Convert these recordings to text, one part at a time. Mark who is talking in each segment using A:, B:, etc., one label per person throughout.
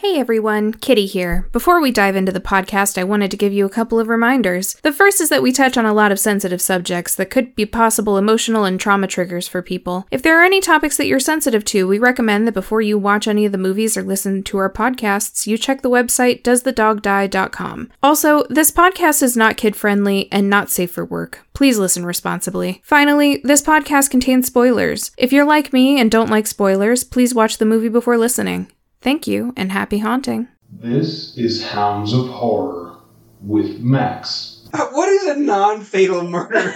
A: Hey everyone, Kitty here. Before we dive into the podcast, I wanted to give you a couple of reminders. The first is that we touch on a lot of sensitive subjects that could be possible emotional and trauma triggers for people. If there are any topics that you're sensitive to, we recommend that before you watch any of the movies or listen to our podcasts, you check the website doesthedogdie.com. Also, this podcast is not kid friendly and not safe for work. Please listen responsibly. Finally, this podcast contains spoilers. If you're like me and don't like spoilers, please watch the movie before listening. Thank you and happy haunting.
B: This is Hounds of Horror with Max,
C: Uh, What is a non-fatal murder?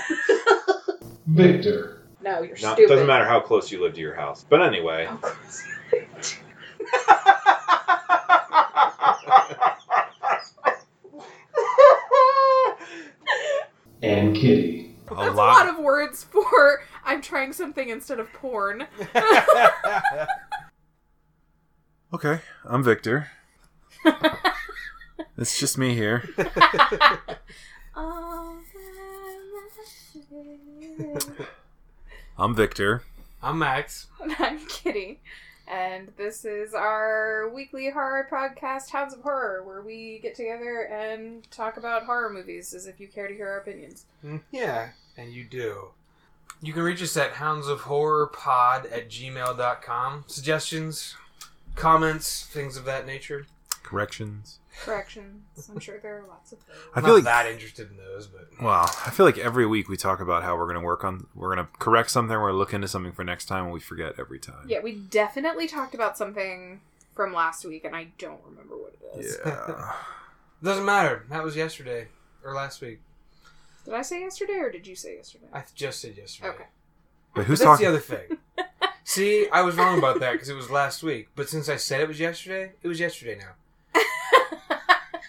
B: Victor,
D: No, you're
E: No,
D: stupid.
E: doesn't matter how close you live to your house. But anyway,
D: Of course.
B: and Kitty.
E: a
D: That's a lot
E: lot.
D: of words for I'm trying something instead of porn.
F: Okay, I'm Victor. it's just me here. I'm Victor.
G: I'm Max.
D: I'm Kitty, and this is our weekly horror podcast, Hounds of Horror, where we get together and talk about horror movies as if you care to hear our opinions.
G: Mm, Yeah, and you do. You can reach us at houndsofhorrorpod at gmail.com. Suggestions, comments, things of that nature.
F: Corrections.
D: Corrections. I'm sure there are lots of those.
F: I
G: I'm
F: feel
G: not
F: like
G: that e- interested in those, but
F: well, I feel like every week we talk about how we're going to work on we're going to correct something, we're going to look into something for next time and we forget every time.
D: Yeah, we definitely talked about something from last week, and I don't remember what it is.
F: Yeah.
G: doesn't matter. That was yesterday or last week.
D: Did I say yesterday, or did you say yesterday?
G: I just said yesterday.
D: Okay.
F: But
G: But
F: who's
G: that's
F: talking
G: the other thing. See, I was wrong about that because it was last week. But since I said it was yesterday, it was yesterday now.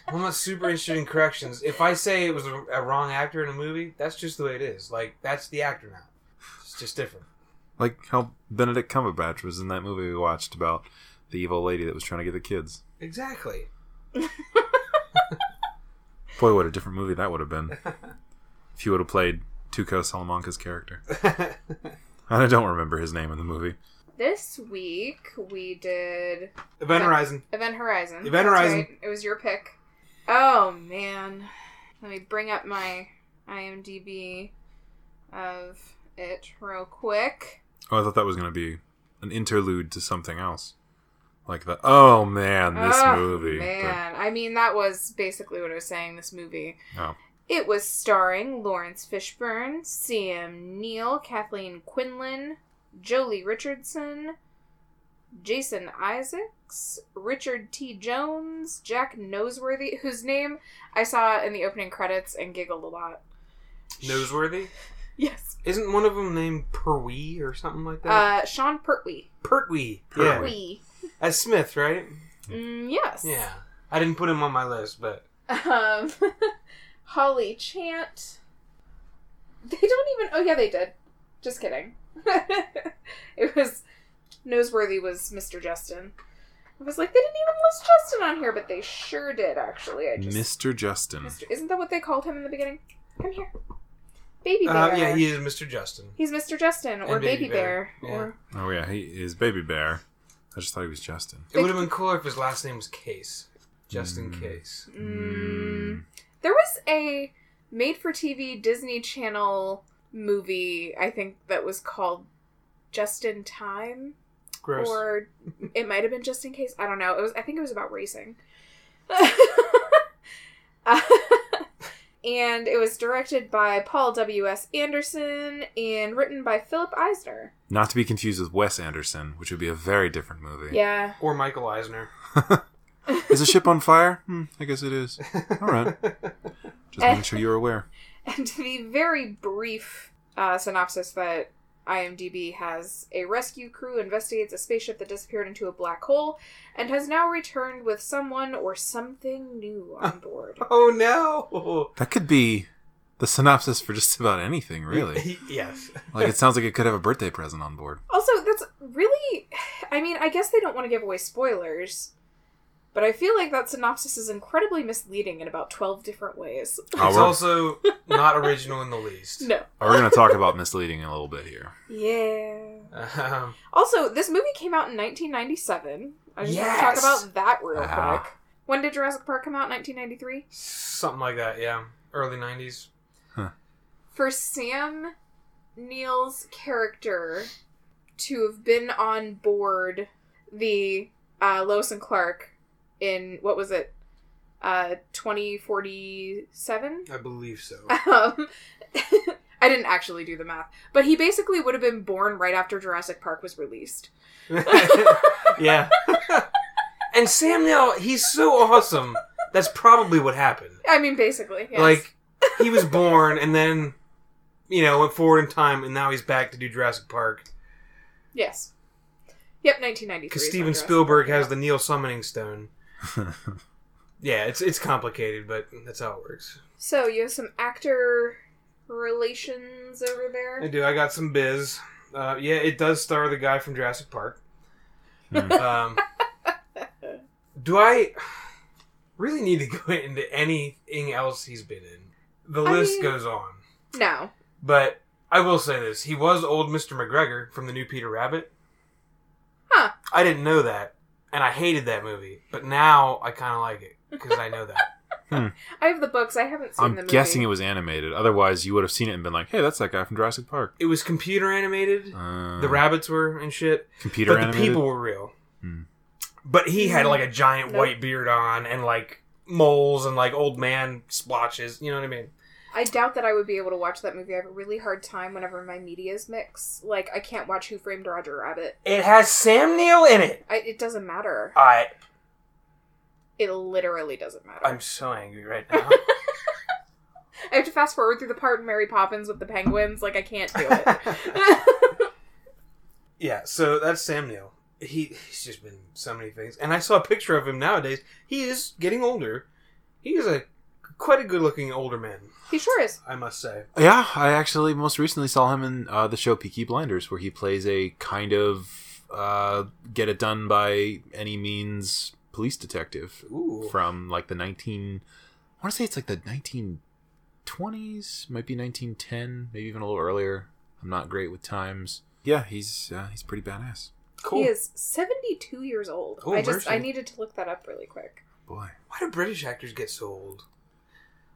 G: I'm not super interested in corrections. If I say it was a, a wrong actor in a movie, that's just the way it is. Like that's the actor now. It's just different.
F: like how Benedict Cumberbatch was in that movie we watched about the evil lady that was trying to get the kids.
G: Exactly.
F: Boy, what a different movie that would have been. if you would have played Tuco Salamanca's character. I don't remember his name in the movie.
D: This week we did
G: Event Horizon.
D: Event Horizon.
G: Event
D: That's
G: Horizon.
D: right. It was your pick. Oh man, let me bring up my IMDb of it real quick.
F: Oh, I thought that was going to be an interlude to something else. Like the oh man, this
D: Oh,
F: movie. But-
D: Man, I mean that was basically what I was saying. This movie.
F: Oh.
D: It was starring Lawrence Fishburne, C.M. Neil, Kathleen Quinlan, Jolie Richardson, Jason Isaacs, Richard T. Jones, Jack Noseworthy, whose name I saw in the opening credits and giggled a lot.
G: Noseworthy.
D: Yes.
G: Isn't one of them named Perwee or something like that?
D: Uh, Sean Pertwee.
G: Pertwee. Yeah.
D: Pertwee.
G: That's Smith, right?
D: Mm, yes.
G: Yeah. I didn't put him on my list, but
D: Um, Holly Chant. They don't even. Oh yeah, they did. Just kidding. it was Noseworthy was Mr. Justin. I was like, they didn't even list Justin on here, but they sure did. Actually, I just
F: Mr. Justin.
D: Mr. Isn't that what they called him in the beginning? Come here, baby bear.
G: uh, yeah, he is Mr. Justin.
D: He's Mr. Justin or
G: And
D: Baby,
G: Baby
D: Bear,
G: Bear, yeah.
D: or
F: Oh yeah, he is Baby Bear. I just thought he was Justin.
G: It would have been cooler if his last name was Case, just in case.
D: Mm. There was a made for TV Disney Channel movie, I think, that was called Just in Time.
G: Gross.
D: Or it might have been Just in Case. I don't know. It was I think it was about racing. and it was directed by Paul W.S. Anderson and written by Philip Eisner.
F: Not to be confused with Wes Anderson, which would be a very different movie.
D: Yeah.
G: Or Michael Eisner.
F: Is a ship on fire? Hmm, I guess it is. All right. Just making sure you're aware.
D: And the very brief uh, synopsis that IMDb has a rescue crew investigates a spaceship that disappeared into a black hole and has now returned with someone or something new on board.
G: Oh no!
F: That could be the synopsis for just about anything, really.
G: yes.
F: like it sounds like it could have a birthday present on board.
D: also, that's really. I mean, I guess they don't want to give away spoilers, but I feel like that synopsis is incredibly misleading in about 12 different ways.
F: Oh,
G: it's
F: we're, uh,
G: also not original in the least.
D: No.
F: we're going to talk about misleading in a little bit here.
D: Yeah.
G: Um,
D: Also, this movie came out in 1997, I just want
G: Yes! Uh-huh.
D: to talk about that real
F: Ah.
D: quick. When did Jurassic Park come out? 1993?
G: Something like that, yeah. Early 90s.
D: For Sam Neill's character to have been on board the uh, Lois and Clark in, what was it, uh, 2047?
G: I believe so.
D: Um, I didn't actually do the math, but he basically would have been born right after Jurassic Park was released.
G: yeah. and Sam Neill, he's so awesome. That's probably what happened.
D: I mean, basically, yes.
G: Like, he was born and then, you know, went forward in time and now he's back to do Jurassic Park.
D: yes, yep, 1993.
G: Because
D: is when
G: Steven
D: Jurassic
G: Spielberg
D: Park
G: has the
D: came out.
G: Neil summoning stone. yeah, it's it's complicated, but that's how it works.
D: So you have some actor relations over
G: I
D: there.
G: do. I got some biz. Uh, yeah, it does star the guy from Jurassic Park.
F: Hmm.
G: Um, do I really need to go into anything else he's been in? The
D: I
G: list
D: mean-
G: goes on.
D: No,
G: But I will say this: he was old Mr. McGregor from the new Peter Rabbit.
D: Huh.
G: I didn't know that, and I hated that movie. But now I kind of like it because I know that.
D: I have the books. I haven't seen the
F: I'm
D: movie.
F: guessing it was animated. Otherwise, you would have seen it and been like, "Hey, that's that guy from Jurassic Park."
G: It was computer animated.
F: Uh,
G: the rabbits were and shit.
F: computer
G: but
F: animated.
G: the people were real.
F: Hmm.
G: But he had like a giant
D: Mm-hmm. Nope.
G: white beard on and like moles and like old man splotches. You know what I mean?
D: I doubt that I would be able to watch that movie. I have a really hard time whenever my media's mix. Like I can't watch Who Framed Roger Rabbit.
G: It has Sam Neill in it.
D: I, it doesn't matter.
G: I
D: It literally doesn't matter.
G: I'm so angry right now.
D: I have to fast forward through the part in Mary Poppins with the penguins. Like I can't do it.
G: yeah, so that's Sam Neill. He he's just been so many things, and I saw a picture of him nowadays. He is getting older. He is a quite a good looking older man,
D: he sure is.
G: I must say.
F: Yeah, I actually most recently saw him in uh, the show Peaky Blinders, where he plays a kind of uh, get it done by any means police detective
G: Ooh,
F: from like the 19. I want to say it's like the 1920s, might be 1910, maybe even a little earlier. I'm not great with times. Yeah, he's uh, he's pretty badass.
G: cool.
D: He is 72 years old.
G: Oh,
D: I just I
G: mercy.
D: needed to look that up really quick.
F: Boy,
G: Why do British actors get so old?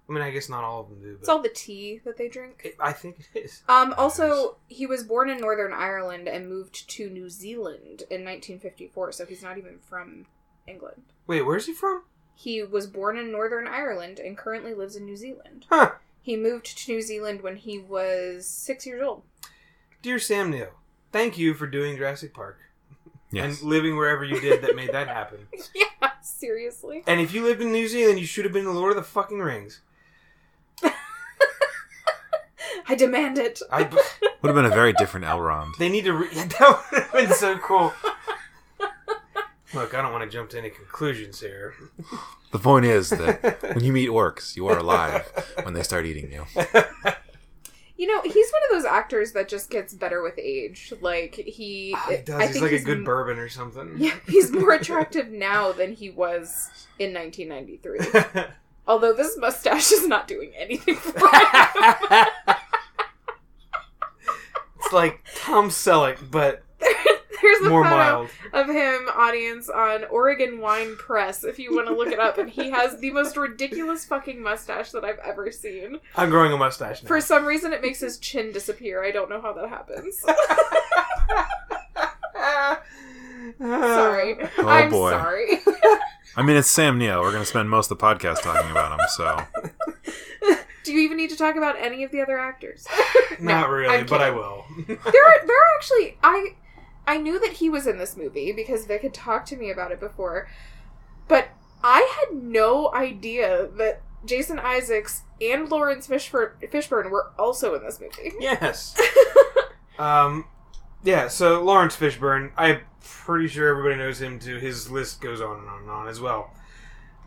G: I mean, I guess not all of them do,
D: It's
G: but
D: all the tea that they drink.
G: it, I think it is.
D: Um, also, he was born in Northern Ireland and moved to New Zealand in 1954, so he's not even from England.
G: Wait, where's he from?
D: He was born in Northern Ireland and currently lives in New Zealand.
G: Huh.
D: He moved to New Zealand when he was six years old.
G: Dear Sam Neill, thank you for doing Jurassic Park and
F: yes,
G: living wherever you did that made that happen.
D: Yeah, seriously.
G: And if you lived in New Zealand, you should have been the Lord of the fucking Rings.
D: I demand it.
G: I,
F: would have been a very different Elrond.
G: they need to. Re- that would have been so cool. Look, I don't want to jump to any conclusions here.
F: The point is that when you meet orcs, you are alive when they start eating you.
D: You know, he's one of those actors that just gets better with age. Like he,
G: Ah, Oh, He does.
D: I
G: he's
D: think
G: like a good
D: m-
G: bourbon or something.
D: Yeah, he's more attractive now than he was in 1993. Although this mustache is not doing anything for him.
G: it's like Tom Selleck, but
D: There's a
G: more
D: photo
G: mild.
D: of him, audience, on Oregon Wine Press. If you want to look it up, and he has the most ridiculous fucking mustache that I've ever seen.
G: I'm growing a mustache now.
D: For some reason, it makes his chin disappear. I don't know how that happens.
G: Ah.
D: Sorry.
F: Oh,
D: I'm
F: boy.
D: sorry.
F: I mean, it's Sam Neill. We're going to spend most of the podcast talking about him, so.
D: Do you even need to talk about any of the other actors?
G: Not really,
D: I'm
G: but I
D: kidding.
G: will.
D: there are there are actually I I knew that he was in this movie because Vic had talked to me about it before, but I had no idea that Jason Isaacs and Lawrence Fishburne, Fishburne were also in this movie.
G: yes. Um, yeah. So Lawrence Fishburne, I'm pretty sure everybody knows him too. His list goes on and on and on as well.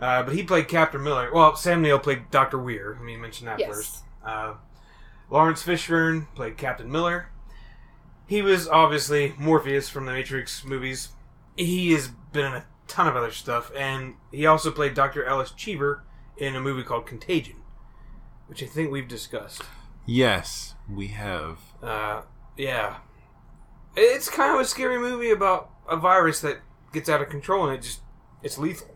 G: Uh, but he played Captain Miller. Well, Sam Neill played Doctor Weir. Let me mention that first.
D: yes.
G: Uh, Lawrence Fishburne played Captain Miller. He was obviously Morpheus from the Matrix movies. He has been in a ton of other stuff, and he also played Dr. Ellis Cheever in a movie called Contagion, which I think we've discussed.
F: Yes, we have.
G: Uh, yeah. It's kind of a scary movie about a virus that gets out of control and it just it's lethal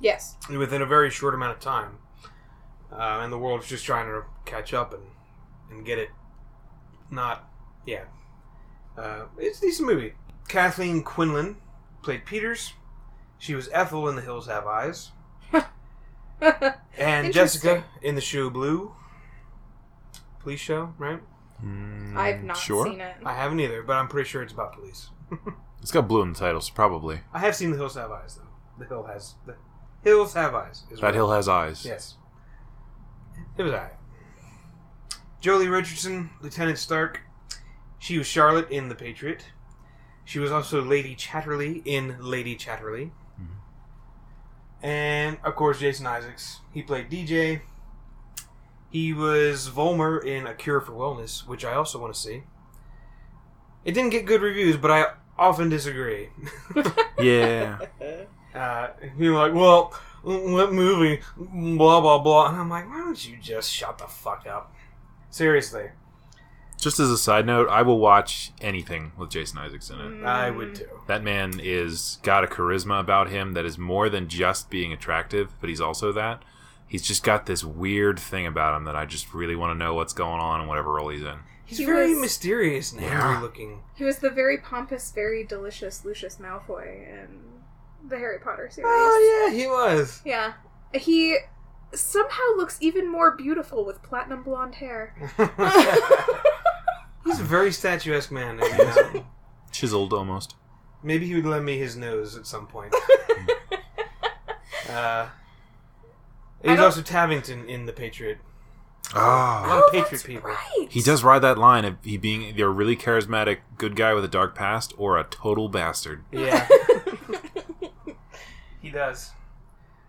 D: Yes.
G: within a very short amount of time, uh, and the world's just trying to catch up and and get it. Not, yeah. Uh, it's a decent movie. Kathleen Quinlan played Peters. She was Ethel in The Hills Have Eyes, and Jessica in The Show Blue. Police show, right?
F: Mm,
D: I've not
F: sure.
D: seen it.
G: I haven't either, but I'm pretty sure it's about police.
F: It's got blue in the titles, probably.
G: I have seen The Hills Have Eyes though. The hill has the hills have eyes. is
F: That
G: what-
F: hill has eyes.
G: Yes. It was alright. Jolie Richardson, Lieutenant Stark. She was Charlotte in The Patriot. She was also Lady Chatterley in Lady Chatterley. And, of course, Jason Isaacs. He played DJ. He was Volmer in A Cure for Wellness, which I also want to see. It didn't get good reviews, but I often disagree.
F: Yeah.
G: uh, you're like, well, what movie? Blah blah blah. And I'm like, why don't you just shut the fuck up? Seriously,
F: Just as a side note, I will watch anything with Jason Isaacs in it.
D: Mm.
G: I would too.
F: That man is got a charisma about him that is more than just being attractive, but he's also that. He's just got this weird thing about him that I just really want to know what's going on in whatever role he's in.
G: He's
D: He
G: very
D: was-
G: mysterious and
F: Yeah.
G: angry looking.
D: He was the very pompous, very delicious Lucius Malfoy in the Harry Potter series.
G: Oh yeah, he was.
D: yeah. He somehow looks even more beautiful with platinum blonde hair.
G: He's a very statuesque man. and, you know,
F: Chiseled almost.
G: Maybe he would lend me his nose at some point. uh, he was
D: don't-
G: also Tavington in The Patriot. A
F: Ah.
G: lot of Patriot people.
D: Oh, Right.
F: He does ride that line of he being either a really charismatic good guy with a dark past or a total bastard.
G: Yeah. he does.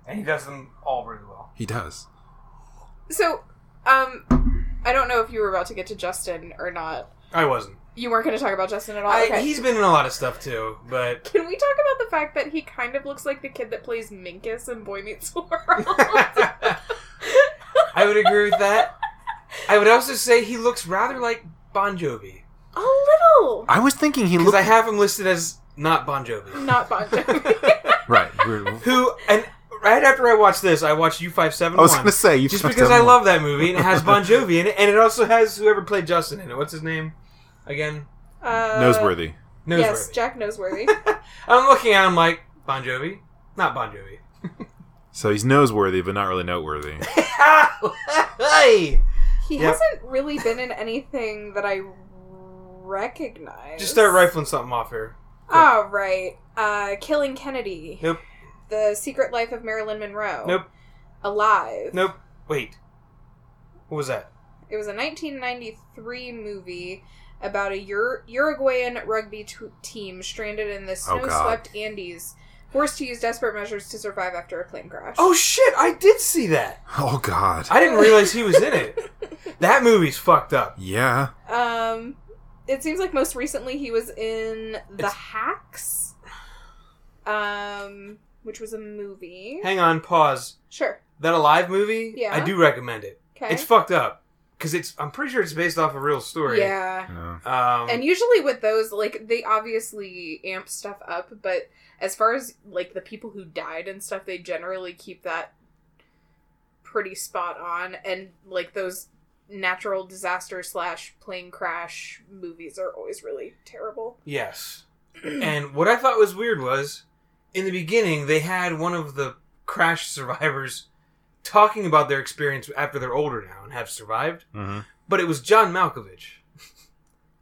G: And he does them all really well.
F: He does.
D: So, um, I don't know if you were about to get to Justin or not.
G: I wasn't.
D: You weren't going to talk about Justin at all.
G: I,
D: Oh, okay.
G: He's been in a lot of stuff too, but
D: Can we talk about the fact that he kind of looks like the kid that plays Minkus in Boy Meets World?
G: I would agree with that. I would also say he looks rather like Bon Jovi.
D: a little.
F: I was thinking he
G: Because
F: looked
G: I have him listed as not Bon Jovi.
D: Not Bon Jovi.
F: right. we're-
G: Who, and right after I watched this, I watched U571.
F: I was going to say you
G: just
F: fucked
G: because
F: up
G: I
F: more.
G: love that movie and it has Bon Jovi in it, and it also has whoever played Justin in it. What's his name? Again?
D: Uh,
F: Noseworthy.
G: Noseworthy.
D: Yes, Jack Noseworthy.
G: I'm looking at him like Bon Jovi, not Bon Jovi.
F: So he's noseworthy but not really noteworthy.
G: hey!
D: He
G: Yep.
D: hasn't really been in anything that I recognize.
G: Just start rifling something off here.
D: All right. Uh, Killing Kennedy.
G: Nope.
D: The Secret Life of Marilyn Monroe.
G: Nope.
D: Alive.
G: Nope. Wait. What was that?
D: It was a 1993 movie about a Ur- Uruguayan rugby t- team stranded in the
F: Oh, God.
D: snow-swept Andes, forced to use desperate measures to survive after a plane crash.
G: Oh shit! I did see that.
F: oh god.
G: I didn't realize he was in it. That movie's fucked up.
F: Yeah.
D: Um, it seems like most recently he was in The
G: It's-
D: Hacks, um, which was a movie.
G: Hang on, pause.
D: Sure.
G: That Alive movie?
D: Yeah.
G: I do recommend it.
D: Okay.
G: It's fucked up because it's. I'm pretty sure it's based off a real story.
D: Yeah.
F: Yeah.
G: Um,
D: And usually with those, like they obviously amp stuff up, but as far as like the people who died and stuff, they generally keep that pretty spot on. And like those natural disaster slash plane crash movies are always really terrible.
G: Yes. and what I thought was weird was in the beginning they had one of the crash survivors talking about their experience after they're older now and have survived,
F: Mhm.
G: but it was John Malkovich.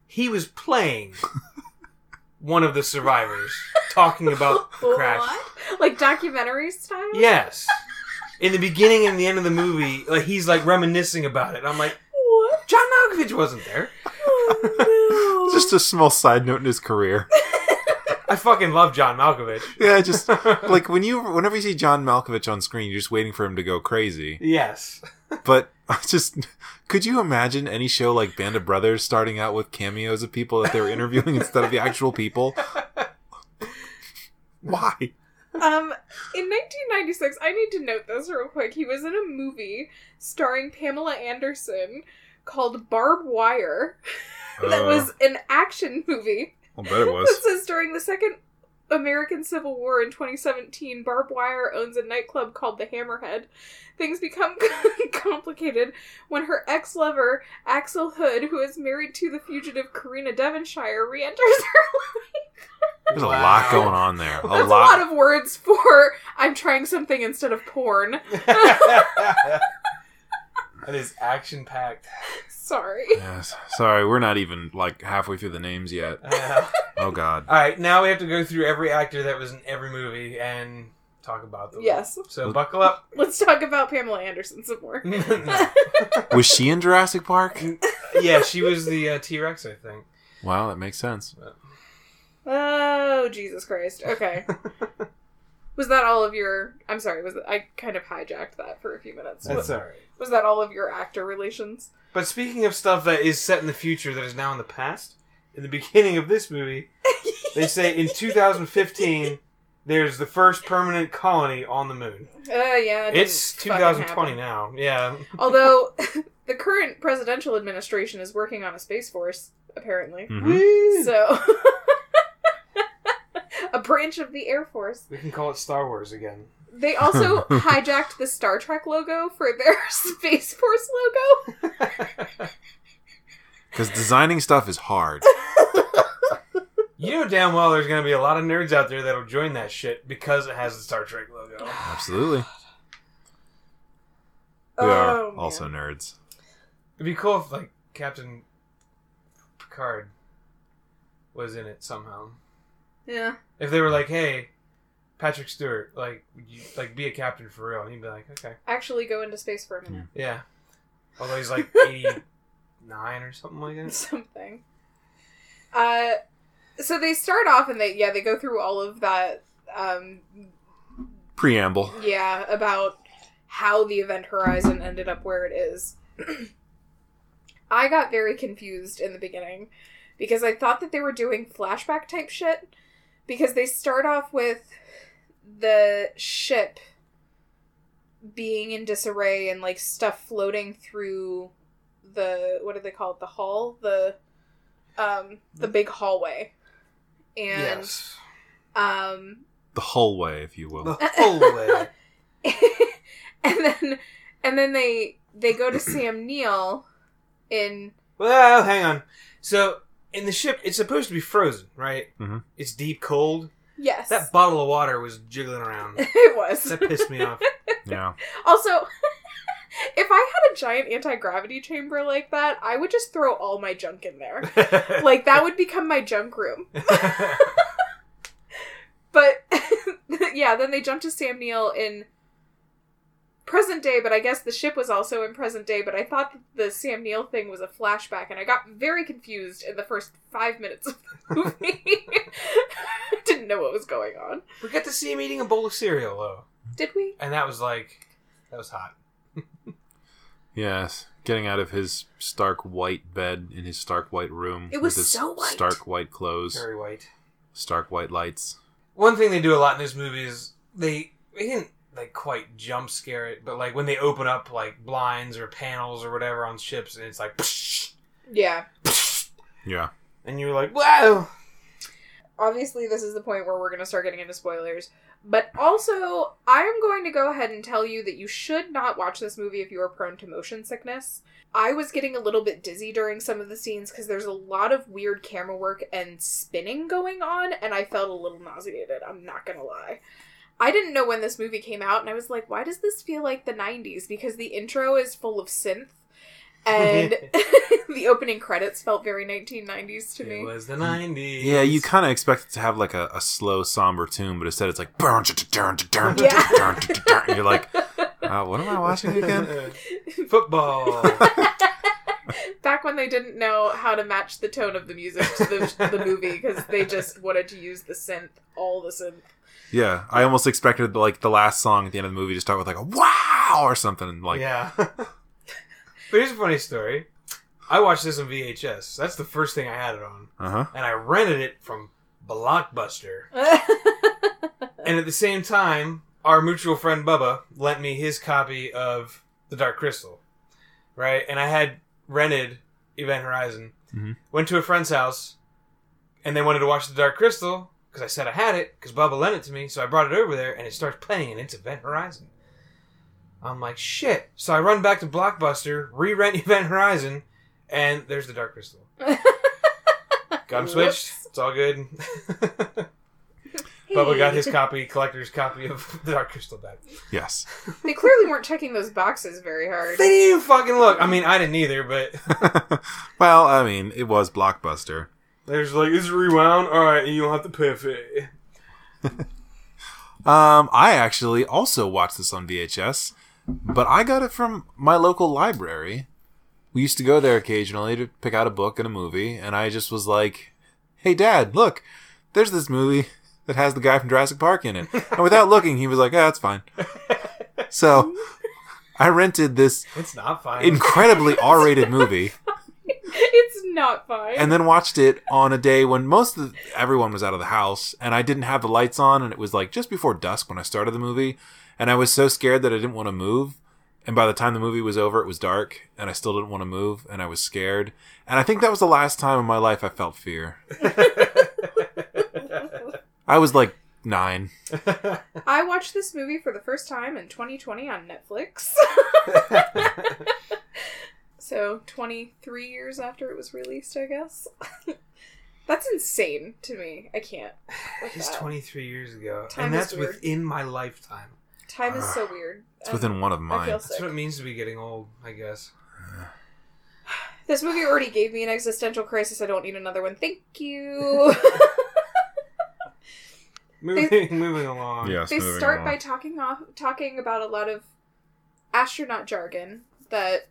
G: he was playing one of the survivors talking about the crash.
D: What? Like documentary style?
G: Yes. In the beginning and the end of the movie, like he's like reminiscing about it. I'm like,
D: What?
G: John Malkovich wasn't there.
D: Oh, no.
F: Just a small side note in his career.
G: I fucking love John Malkovich.
F: Yeah, just like when you whenever you see John Malkovich on screen, you're just waiting for him to go crazy.
G: Yes.
F: But I just could you imagine any show like Band of Brothers starting out with cameos of people that they were interviewing instead of the actual people? Why?
D: Um, in 1996, I need to note this real quick. He was in a movie starring Pamela Anderson called Barb Wire that was an action movie.
F: Uh, I'll bet it
D: It says during the second American Civil War in 2017, Barb Wire owns a nightclub called the Hammerhead. Things become complicated when her ex lover, Axel Hood, who is married to the fugitive Karina Devonshire, re enters her life.
F: There's a lot going on there. A
D: That's
F: lot.
D: a lot of words for I'm trying something instead of porn.
G: that is action packed.
D: Sorry.
F: yes. Sorry, we're not even like halfway through the names yet.
G: Uh,
F: Oh God.
G: all right, now we have to go through every actor that was in every movie and talk about them.
D: Yes.
G: So buckle up.
D: Let's talk about Pamela Anderson some more.
G: No.
F: Was she in Jurassic Park?
G: yeah, she was the uh, T Rex, I think.
F: Wow, that makes sense.
D: Oh, Jesus Christ. Okay. was that all of your I'm sorry, was I kind of hijacked that for a few minutes.
G: That's
D: Was,
G: all right.
D: was that all of your actor relations?
G: But speaking of stuff that is set in the future that is now in the past, in the beginning of this movie, they say in 2015 there's the first permanent colony on the moon.
D: Uh yeah. it
G: It's
D: didn't fucking
G: 2020
D: happen.
G: now. Yeah.
D: Although the current presidential administration is working on a space force, apparently.
G: Mm-hmm.
F: Mhm.
G: Hmm.
D: So a branch of the Air Force.
G: We can call it Star Wars again.
D: They also hijacked the Star Trek logo for their Space Force logo.
F: Because designing stuff is hard.
G: You know damn well there's going to be a lot of nerds out there that'll join that shit because it has the Star Trek logo.
F: Absolutely. We are
D: Oh, man.
F: also nerds.
G: It'd be cool if like Captain Picard was in it somehow.
D: Yeah.
G: If they were like, "Hey, Patrick Stewart, like, would you, like, be a captain for real," and he'd be like, "Okay,
D: Actually go into space for a minute.
G: yeah." Although he's like eighty nine or something like that.
D: Something. Uh so they start off and they yeah, they go through all of that um
F: Preamble.
D: yeah, about how the event horizon ended up where it is. I got very confused in the beginning because I thought that they were doing flashback type shit because they start off with the ship being in disarray and like stuff floating through the what do they call it the hall the um the big hallway and
G: yes,
D: um
F: The hallway, if you will.
G: the whole way.
D: and then and then they they go to Sam Neill in
G: Well, hang on. So in the ship, it's supposed to be frozen, right?
F: Mhm.
G: It's deep cold.
D: yes
G: That bottle of water was jiggling around.
D: it was
G: That pissed me off.
F: Yeah.
D: also if I had a giant anti-gravity chamber like that I would just throw all my junk in there like that would become my junk room but yeah then they jump to Sam Neill in present day but I guess the ship was also in present day but I thought the Sam Neill thing was a flashback and I got very confused in the first 5 minutes of the movie didn't know what was going on
G: we got to see him eating a bowl of cereal though,
D: Did we?
G: and that was like, that was hot.
F: Yes. Getting out of his stark white bed in his stark white room.
D: It was
F: with his
D: so white.
F: Stark white clothes.
G: Very white.
F: Stark white lights.
G: One thing they do a lot in this movie is they they didn't like quite jump scare it, but like when they open up like blinds or panels or whatever on ships, and it's like, psh,
D: Yeah.
F: Yeah.
G: and you're like, wow.
D: Obviously, this is the point where we're going to start getting into spoilers. But also, I am going to go ahead and tell you that you should not watch this movie if you are prone to motion sickness. I was getting a little bit dizzy during some of the scenes because there's a lot of weird camera work and spinning going on, and I felt a little nauseated. I'm not going to lie. I didn't know when this movie came out, and I was like, why does this feel like the 90s? Because the intro is full of synth, and the opening credits felt very 1990s to me.
G: It was the nineties.
F: Yeah, you kind of expect it to have like a, a slow, somber tune, but instead it's like.
D: Yeah.
F: And you're like, uh, what am I watching again?
G: Football.
D: Back when they didn't know how to match the tone of the music to the, the movie because they just wanted to use the synth, all the synth.
F: Yeah, I almost expected like the last song at the end of the movie to start with like a wow or something. Like,
G: yeah. but here's a funny story. I watched this on VHS. That's the first thing I had it on,
F: uh huh.
G: and I rented it from Blockbuster. And at the same time, our mutual friend Bubba lent me his copy of The Dark Crystal, right? And I had rented Event Horizon.
F: Mhm.
G: Went to a friend's house, and they wanted to watch The Dark Crystal because I said I had it because Bubba lent it to me, so I brought it over there and it starts playing and it's Event Horizon. I'm like shit, so I run back to Blockbuster, re-rent Event Horizon, and there's the Dark Crystal. Got him switched. It's all good. Bubba got his copy, collector's copy of the Dark Crystal back.
F: Yes.
D: They clearly weren't checking those boxes very hard.
G: They didn't even fucking look. I mean, I didn't either, but
F: well, I mean, it was blockbuster.
G: There's like, it's rewound. All right, you don't have to pay for it.
F: Um, I actually also watched this on VHS, but I got it from my local library. We used to go there occasionally to pick out a book and a movie, and I just was like, "Hey, Dad, look, there's this movie that has the guy from Jurassic Park in it." And without looking, he was like, "Yeah, that's fine." So, I rented this
G: It's not fine.
F: incredibly R-rated movie
D: it's not fine.
F: and then watched it on a day when most of everyone was out of the house and I didn't have the lights on and it was like just before dusk when I started the movie and I was so scared that I didn't want to move and by the time the movie was over it was dark and I still didn't want to move and I was scared and I think that was the last time in my life I felt fear. I was like 9.
D: I watched this movie for the first time in 2020 on Netflix. so 23 years after it was released, I guess. That's insane to me. I can't. with
G: It's
D: that.
G: 23 years ago,
D: Time
G: and
D: is
G: that's
D: weird.
G: within my lifetime.
D: Time is so weird.
F: Ah. It's
D: Um,
F: within one of mine.
D: feel
G: That's what it means to be getting old, I guess.
D: This movie already gave me an existential crisis. I don't need another one. Thank you.
G: Moving, moving along.
D: they start by talking off talking about a lot of astronaut jargon that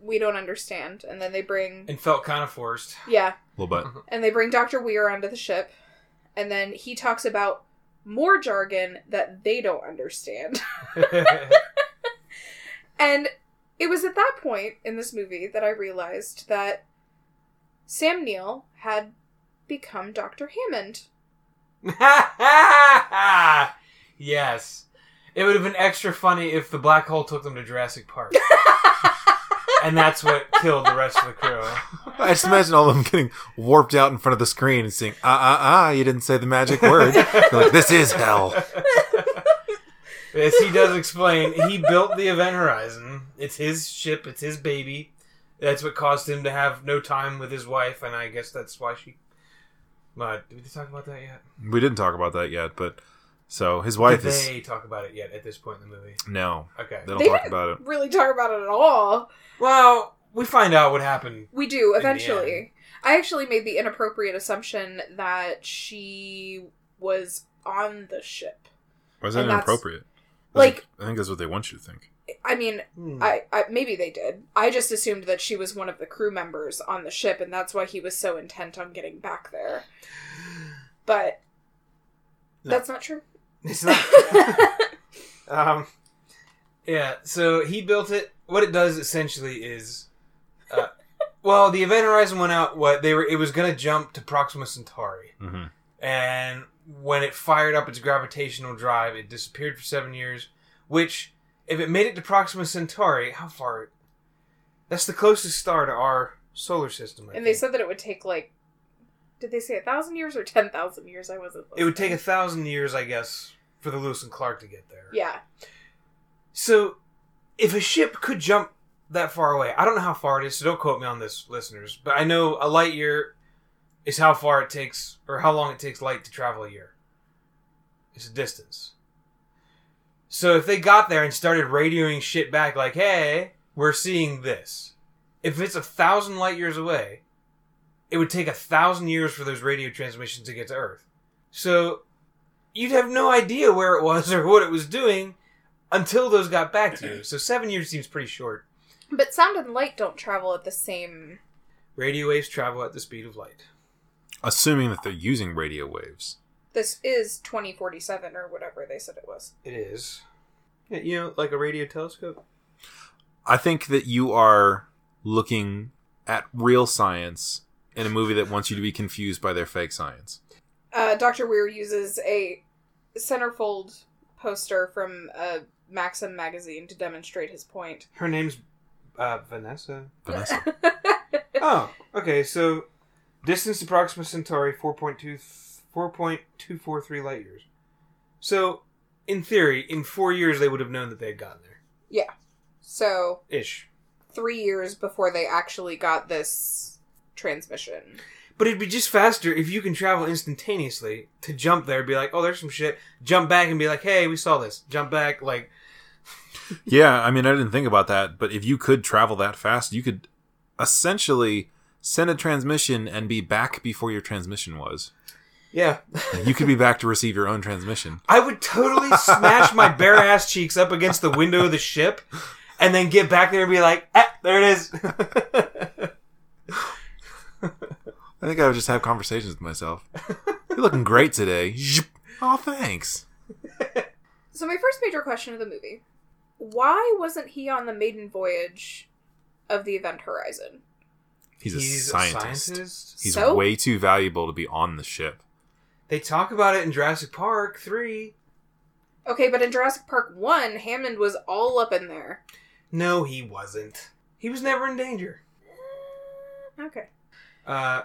D: we don't understand and then they bring
G: And felt kind of forced.
D: yeah
F: a little bit.
D: and they bring Dr. Weir onto the ship and then he talks about more jargon that they don't understand. And it was at that point in this movie that I realized that Sam Neill had become Dr. Hammond.
G: yes. It would have been extra funny if the black hole took them to Jurassic Park. and that's what killed the rest of the crew.
F: I just imagine all of them getting warped out in front of the screen and saying, "Ah ah ah, you didn't say the magic word." They're like, "This is hell."
G: Yes, he does explain. He built the Event Horizon. It's his ship. It's his baby. That's what caused him to have no time with his wife, and I guess that's why she. But did we talk about that yet?
F: We didn't talk about that yet, but so his wife
G: did
F: is
G: they talk about it yet at this point in the movie?
F: no.
G: Okay.
F: They don't
D: They
F: talk
D: didn't-
F: about it.
D: Really talk about it at all.
G: Well, we find out what happened.
D: We do
G: the end.
D: eventually. I actually made the inappropriate assumption that she was on the ship.
F: Why is
D: that
F: that
D: And that's-
F: inappropriate?
D: inappropriate? Like-
F: I think that's what they want you to think.
D: I mean,
G: Hmm.
D: I, I maybe they did. I just assumed that she was one of the crew members on the ship, and that's why he was so intent on getting back there. But
G: No.
D: that's not true.
G: It's not. um, yeah. So he built it. What it does essentially is, uh, well, the Event Horizon went out. What they were, it was gonna jump to Proxima Centauri.
F: Mm-hmm.
G: and when it fired up its gravitational drive, it disappeared for seven years. Which, if it made it to Proxima Centauri, how far? That's the closest star to our solar system. I
D: and they
G: think.
D: said that it would take like, did they say a thousand years or ten thousand years? I wasn't.
G: it would take a
D: listening.
G: thousand years, I guess, for the Lewis and Clark to get there.
D: yeah,
G: So, if a ship could jump that far away, I don't know how far it is, so don't quote me on this, listeners. But I know a light year is how far it takes, or how long it takes light to travel a year. It's a distance. So if they got there and started radioing shit back, like, "Hey, we're seeing this," if it's a thousand light years away, it would take a thousand years for those radio transmissions to get to Earth. So you'd have no idea where it was or what it was doing until those got back to you. So seven years seems pretty short.
D: but sound and light don't travel at the same.
G: Radio waves travel at the speed of light.
F: Assuming that they're using radio waves.
D: This is twenty forty seven or whatever they said it was.
G: It is. Yeah, You know, like a radio telescope.
F: I think that you are looking at real science in a movie that wants you to be confused by their fake science.
D: Uh, Doctor Weir uses a centerfold poster from a Maxim magazine to demonstrate his point.
G: Her name's uh, Vanessa.
F: Vanessa.
G: oh, okay. So distance to Proxima Centauri, four point two 4.243 light years. So, in theory, in four years, they would have known that they had gotten there.
D: So
G: Ish.
D: three years before they actually got this transmission.
G: But it'd be just faster if you can travel instantaneously to jump there, be like, oh, there's some shit. Jump back and be like, hey, we saw this. Jump back. Like,
F: Yeah, I mean, I didn't think about that, but if you could travel that fast, you could essentially send a transmission and be back before your transmission was.
G: yeah.
F: You could be back to receive your own transmission.
G: I would totally smash my bare ass cheeks up against the window of the ship and then get back there and be like, ah, there it is.
F: I think I would just have conversations with myself. You're looking great today. Zhup. Oh, thanks.
D: So my first major question of the movie: Why wasn't he on the maiden voyage of the Event Horizon?
F: He's a scientist. He's
D: So?
F: way too valuable to be on the ship.
G: They talk about it in Jurassic Park 3.
D: Okay, but in Jurassic Park One, Hammond was all up in there.
G: No, he wasn't. He was never in danger.
D: Okay.
G: Uh,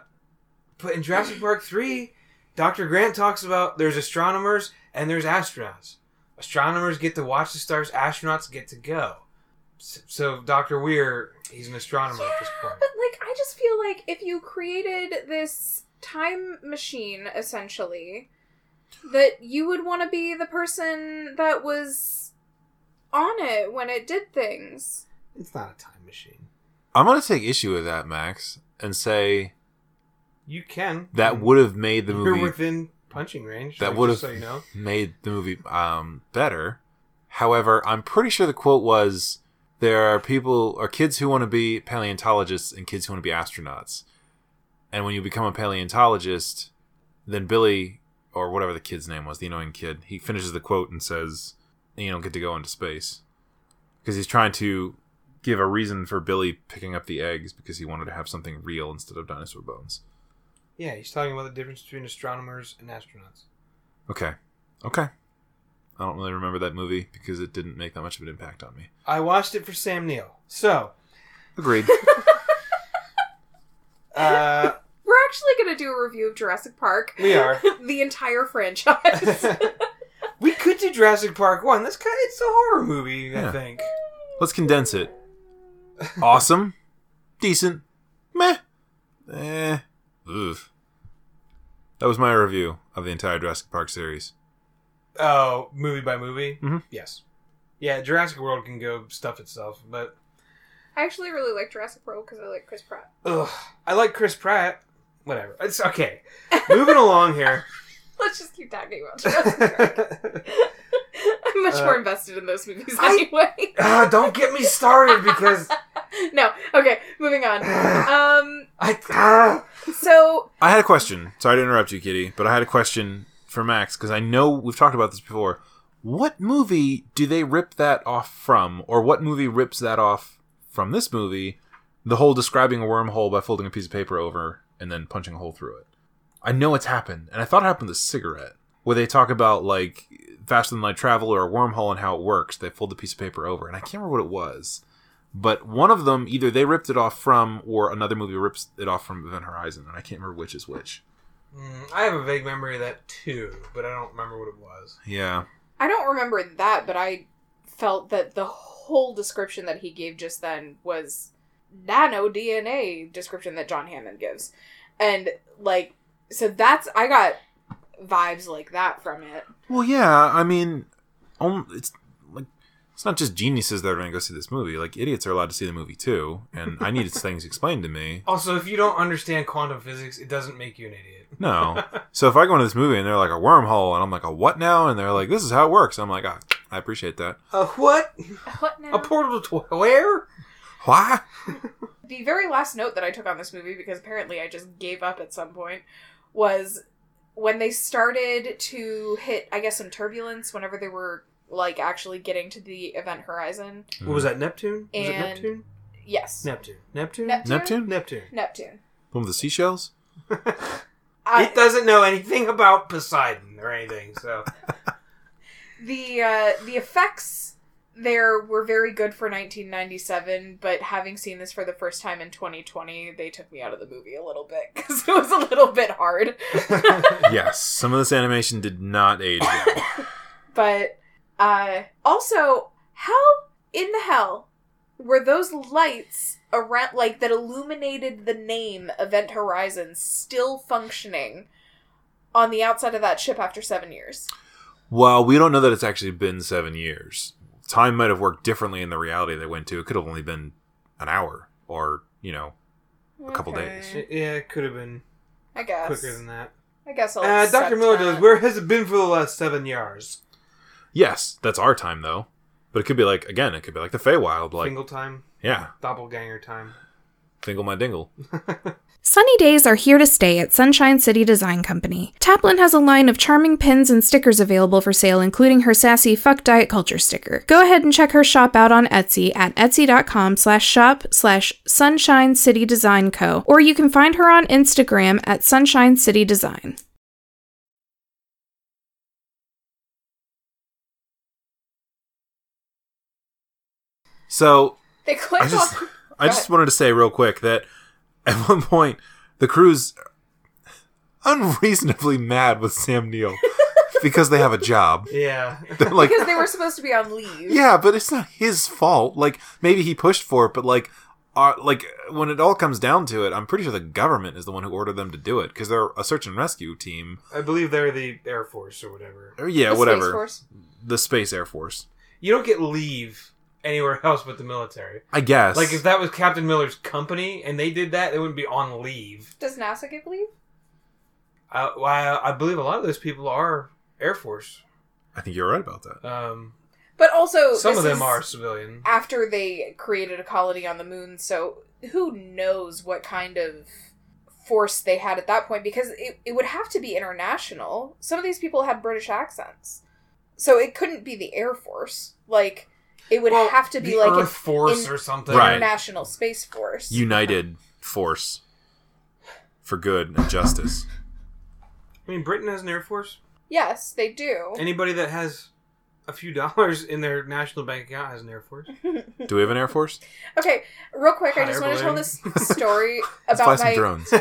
G: but in Jurassic Park 3, Dr. Grant talks about there's astronomers and there's astronauts. Astronomers get to watch the stars, astronauts get to go. So, so Dr. Weir, he's an astronomer
D: Yeah,
G: at this
D: but
G: point.
D: like I just feel like if you created this time machine essentially, that you would want to be the person that was on it when it did things.
G: It's not a time machine.
F: I'm going to take issue with that, Max, and say
G: You can.
F: that would have made the
G: You're
F: movie
G: within punching range.
F: that
G: like,
F: would have
G: just So you know.
F: made the movie um, better. However, I'm pretty sure the quote was there are people or kids who want to be paleontologists and kids who want to be astronauts. And when you become a paleontologist, then Billy or whatever the kid's name was, the annoying kid, he finishes the quote and says, "You don't get to go into space." Because he's trying to give a reason for Billy picking up the eggs because he wanted to have something real instead of dinosaur bones.
G: Yeah, he's talking about the difference between astronomers and astronauts.
F: Okay. Okay. I don't really remember that movie because it didn't make that much of an impact on me.
G: I watched it for Sam Neill. So,
F: Agreed.
G: uh,
D: We're actually going to do a review of Jurassic Park.
G: we are.
D: the entire franchise.
G: we could do Jurassic Park 1. That's kind of, it's a horror movie, I
F: Yeah.
G: think.
F: Let's condense it. Awesome. Decent. Meh. Eh. Oof. That was my review of the entire Jurassic Park series.
G: Oh, movie by movie?
F: Mhm.
G: Yes. Yeah, Jurassic World can go stuff itself, but
D: I actually really like Jurassic World because I like Chris Pratt.
G: ugh, I like Chris Pratt. Whatever. It's okay. Moving along here.
D: Let's just keep talking about Jurassic Park. I'm much
G: Uh,
D: more invested in those movies
G: I-
D: anyway.
G: Ah, don't get me started because
D: no, okay, moving on. Um,
G: I ah.
D: so
F: I had a question. Sorry to interrupt you, Kitty, but I had a question for Max because I know we've talked about this before. What movie do they rip that off from, or what movie rips that off from this movie? The whole describing a wormhole by folding a piece of paper over and then punching a hole through it. I know it's happened, and I thought it happened with cigarette, where they talk about like faster than light travel or a wormhole and how it works. They fold the piece of paper over, and I can't remember what it was. But one of them, either they ripped it off from, or another movie rips it off from Event Horizon, and I can't remember which is which.
G: Mm, I have a vague memory of that too, but I don't remember what it was.
F: Yeah,
D: I don't remember that, but I felt that the whole description that he gave just then was nano DNA description that John Hammond gives, and like so that's I got vibes like that from it.
F: Well, yeah. I mean, um, it's like it's not just geniuses that are going to go see this movie. Like idiots are allowed to see the movie too, and I needed things explained to me.
G: Also, if you don't understand quantum physics, it doesn't make you an idiot.
F: No. So if I go into this movie and they're like a wormhole, and I'm like a what now, and they're like this is how it works, I'm like ah, I appreciate that.
G: A what?
D: What now?
G: A portal to where?
F: Why?
D: the very last note that I took on this movie, because apparently I just gave up at some point, was when they started to hit, I guess, some turbulence whenever they were like actually getting to the event horizon.
F: Mm.
G: What was that? Neptune? Was it
D: And-
G: Neptune?
D: Yes.
G: Neptune. Neptune.
D: Neptune?
F: Neptune?
G: Neptune.
D: Neptune.
F: One with the seashells?
D: I-
G: it doesn't know anything about Poseidon or anything, so
D: the uh, the effects there were very good for 1997, but having seen this for the first time in 2020, they took me out of the movie a little bit because it was a little bit hard.
F: yes, some of this animation did not age well.
D: But uh, also, how in the hell were those lights around, like that illuminated the name Event Horizon, still functioning on the outside of that ship after seven years?
F: Well, we don't know that it's actually been seven years. Time might have worked differently in the reality they went to. It could have only been an hour or, you know, a couple days.
G: yeah, it could have been
D: I guess.
G: quicker than that.
D: I guess I'll
G: Uh,
D: accept
G: Dr. Miller
D: that.
G: does. Where has it been for the last seven years?
F: Yes, that's our time, though. But it could be like, again, it could be like the Feywild. Like,
G: Single time,
F: yeah,
G: doppelganger time.
F: Dingle my Dingle.
A: Sunny days are here to stay at Sunshine City Design Company. Taplin has a line of charming pins and stickers available for sale, including her sassy "fuck diet culture" sticker. Go ahead and check her shop out on Etsy at etsy.com/shop/slash Sunshine City Design Co. Or you can find her on Instagram at Sunshine City Design.
F: So
D: They click
F: I just,
D: on.
F: I just wanted to say real quick that at one point the crew's unreasonably mad with Sam Neill because they have a job.
G: Yeah.
F: They're like,
D: because they were supposed to be on leave.
F: yeah, but it's not his fault. Like maybe he pushed for it, but like, uh, like when it all comes down to it, I'm pretty sure the government is the one who ordered them to do it because they're a search and rescue team.
G: I believe they're the Air Force or whatever.
F: Or, yeah,
D: The Space
F: whatever.
D: Force.
F: The Space Air Force,
G: You don't get leave anywhere else but the military.
F: I guess.
G: Like, if that was Captain Miller's company and they did that, they wouldn't be on leave.
D: Does NASA give leave?
G: I, well, I, I believe a lot of those people are Air Force.
F: I think you're right about that.
G: Um,
D: But also,
G: some
D: Oh, this
G: of them
D: is
G: are civilian.
D: after they created a colony on the moon. So who knows what kind of force they had at that point? Because it, it would have to be international. Some of these people had British accents, so it couldn't be the Air Force. Like it would
G: Well,
D: have to be
G: the
D: like
G: Earth
D: an
G: Force
D: in-
G: or something.
F: Right.
D: international space force.
F: United Force for good and justice.
G: I mean, Britain has an Air Force.
D: yes, they do.
G: Anybody that has a few dollars in their national bank account has an Air Force.
F: Do we have an Air Force?
D: Okay, real quick, I
G: Higher
D: just want to tell
G: balloon.
D: this story
F: Let's fly
D: about
F: some
D: my
F: drones.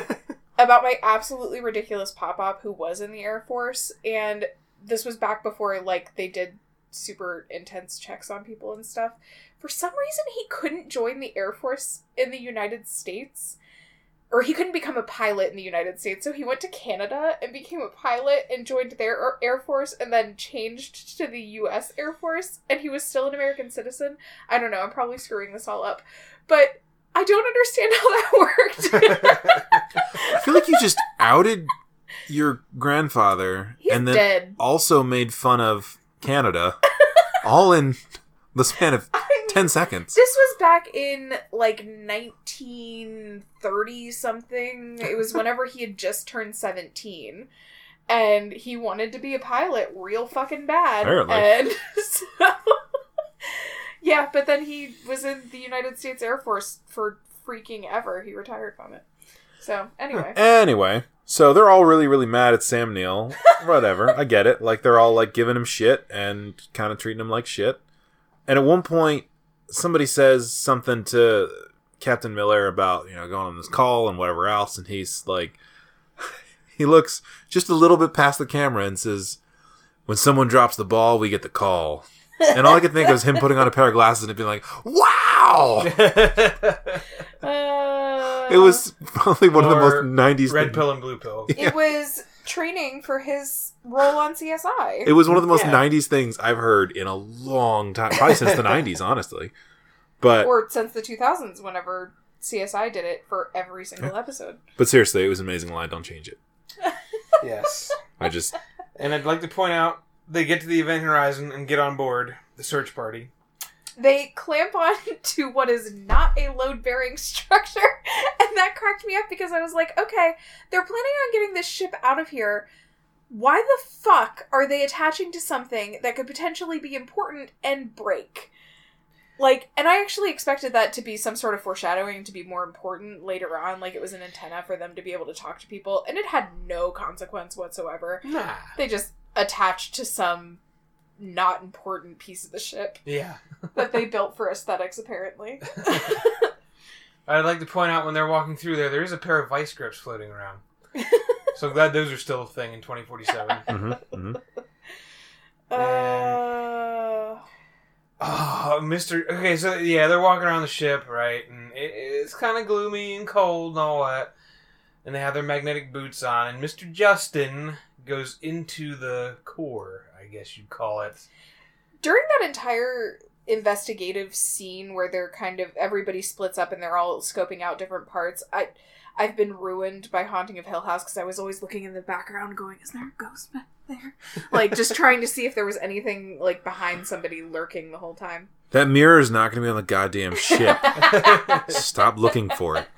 D: about my absolutely ridiculous pop up who was in the Air Force, and this was back before like they did super intense checks on people and stuff. For some reason, he couldn't join the Air Force in the United States, or he couldn't become a pilot in the United States. So he went to Canada and became a pilot and joined their Air- Air Force, and then changed to the U.S. Air Force, and he was still an American citizen. I don't know. I'm probably screwing this all up, but. I don't understand how that worked.
F: I feel like you just outed your grandfather
D: He's
F: and then
D: dead.
F: also made fun of Canada all in the span of 10 seconds.
D: This was back in like 1930 something. It was whenever he had just turned 17. And he wanted to be a pilot real fucking bad.
F: Apparently.
D: And so. yeah, but then he was in the United States Air Force for freaking ever. He retired from it. So, anyway.
F: Anyway, so they're all really, really mad at Sam Neill. Whatever, I get it. Like, they're all like giving him shit and kind of treating him like shit. And at one point, somebody says something to Captain Miller about, you know, going on this call and whatever else. And he's like, he looks just a little bit past the camera and says, When someone drops the ball, we get the call. And all I could think was him putting on a pair of glasses and being like, Wow!
D: Uh,
F: It was probably one of the most
G: Or
F: 90s.
G: Red pill and blue pill.
D: It was training for his role on CSI.
F: It was one of the most
G: Yeah.
F: 90s things I've heard in a long time, probably since the 90s, honestly. But
D: or since the 2000s whenever CSI did it for every single episode.
F: but seriously, it was an amazing line. Don't change it.
G: Yes.
F: I just
G: And I'd like to point out they get to the event horizon and get on board the search party.
D: They clamp on to what is not a load bearing structure, and that cracked me up because I was like, okay, they're planning on getting this ship out of here. Why the fuck are they attaching to something that could potentially be important and break? Like, and I actually expected that to be some sort of foreshadowing to be more important later on, like it was an antenna for them to be able to talk to people, and it had no consequence whatsoever.
G: Nah.
D: They just attached to some not important piece of the ship.
G: Yeah.
D: that they built for aesthetics, apparently.
G: I'd like to point out when they're walking through there, there is a pair of vice grips floating around. so I'm glad those are still a thing in 2047.
F: Mm-hmm, mm-hmm.
D: Uh,
G: Oh, Mister. Okay, so yeah, they're walking around the ship, right? And it, it's kind of gloomy and cold and all that. And they have their magnetic boots on, and Mister Justin goes into the core, I guess you'd call it.
D: during that entire investigative scene where they're kind of everybody splits up and they're all scoping out different parts, I I've been ruined by Haunting of Hill House because I was always looking in the background, going, "Is there a ghost back there?" like just trying to see if there was anything like behind somebody lurking the whole time.
F: That mirror is not going to be on the goddamn ship. Stop looking for it.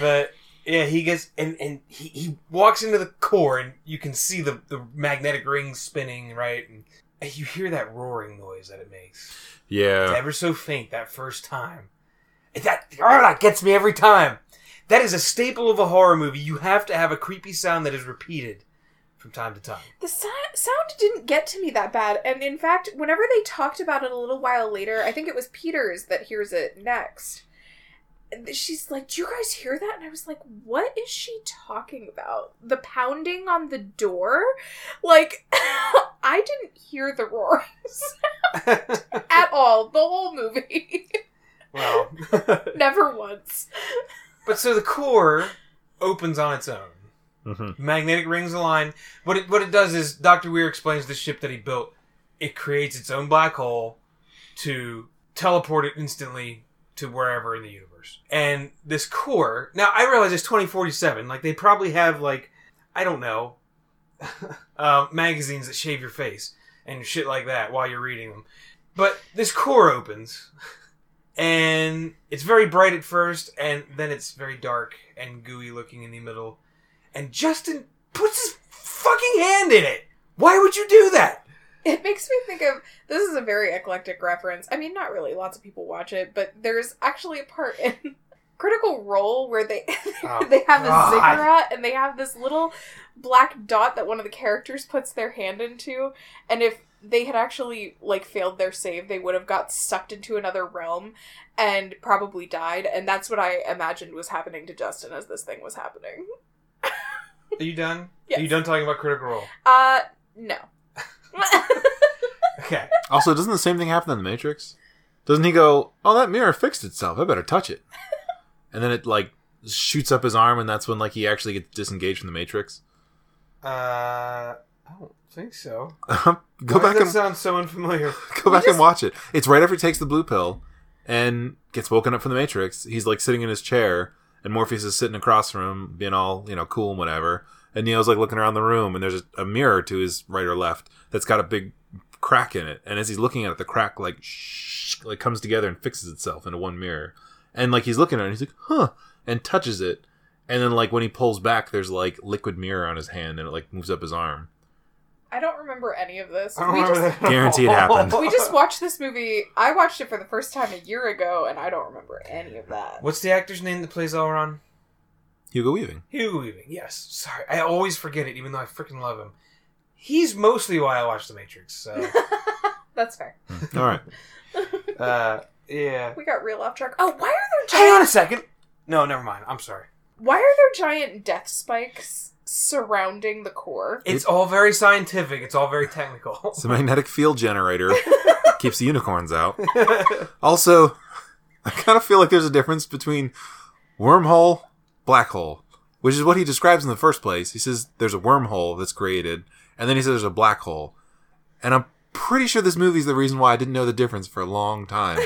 G: But yeah, he gets and and he, he walks into the core, and you can see the the magnetic ring spinning, right? And you hear that roaring noise that it makes. It's
F: Yeah.
G: ever so faint that first time. That ah, that gets me every time. That is a staple of a horror movie. You have to have a creepy sound that is repeated from time to time.
D: The si- sound didn't get to me that bad, and in fact, whenever they talked about it a little while later, I think it was Peters that hears it next. and She's like, "Do you guys hear that?" And I was like, "What is she talking about? The pounding on the door? Like, I didn't hear the roars at all. The whole movie,
G: Well,
D: never once.
G: but so the core opens on its own.
F: hmm
G: Magnetic rings align. What it what it does is Doctor Weir explains the ship that he built. It creates its own black hole to teleport it instantly to wherever in the universe. And this core. Now I realize it's 2047. Like they probably have like I don't know uh, magazines that shave your face and shit like that while you're reading them. But this core opens. And it's very bright at first, and then it's very dark and gooey looking in the middle and Justin puts his fucking hand in it. Why would you do that?
D: It makes me think of this is a very eclectic reference. I mean, not really. Lots of people watch it, but there's actually a part in Critical Role where they
G: Oh,
D: they have
G: God.
D: a ziggurat and they have this little black dot that one of the characters puts their hand into, and if they had actually like failed their save, they would have got sucked into another realm and probably died. And that's what I imagined was happening to Justin as this thing was happening.
G: Are you done?
D: Yes.
G: Are you done talking about Critical Role?
D: Uh, no.
G: Okay.
F: Also, doesn't the same thing happen in The Matrix? Doesn't he go, oh, that mirror fixed itself. I better touch it. And then it, like, shoots up his arm, and that's when, like, he actually gets disengaged from The Matrix.
G: Uh, I don't think so.
F: go
G: Why does
F: back
G: that
F: and
G: sound so unfamiliar.
F: go back and watch it. It's right after he takes the blue pill and gets woken up from the Matrix. He's like sitting in his chair, and Morpheus is sitting across from him, being all you know cool and whatever. And Neo's like looking around the room, and there's a, a mirror to his right or left that's got a big crack in it. And as he's looking at it, the crack like shh, like comes together and fixes itself into one mirror. And like he's looking at it, and he's like, huh, and touches it. And then like when he pulls back, there's like liquid mirror on his hand, and it like moves up his arm.
D: I don't remember any of this.
G: I don't
D: We
G: remember
D: just
G: that.
F: Guarantee it happened.
D: we just watched this movie. I watched it for the first time a year ago, and I don't remember any of that.
G: What's the actor's name that plays Elrond?
F: Hugo Weaving.
G: Hugo Weaving. Yes. Sorry, I always forget it, even though I freaking love him. He's mostly why I watch The Matrix. So,
D: That's fair.
F: Hmm. All right.
G: uh, yeah.
D: We got real off track. Oh, why are there
G: Hang on a
D: giant?
G: second. No, never mind. I'm sorry.
D: Why are there giant death spikes surrounding the core?
G: It's all very scientific. It's all very technical.
F: It's a magnetic field generator. Keeps the unicorns out. Also, I kind of feel like there's a difference between wormhole, black hole, which is what he describes in the first place. He says there's a wormhole that's created, and then he says there's a black hole. And I'm pretty sure this movie's the reason why I didn't know the difference for a long time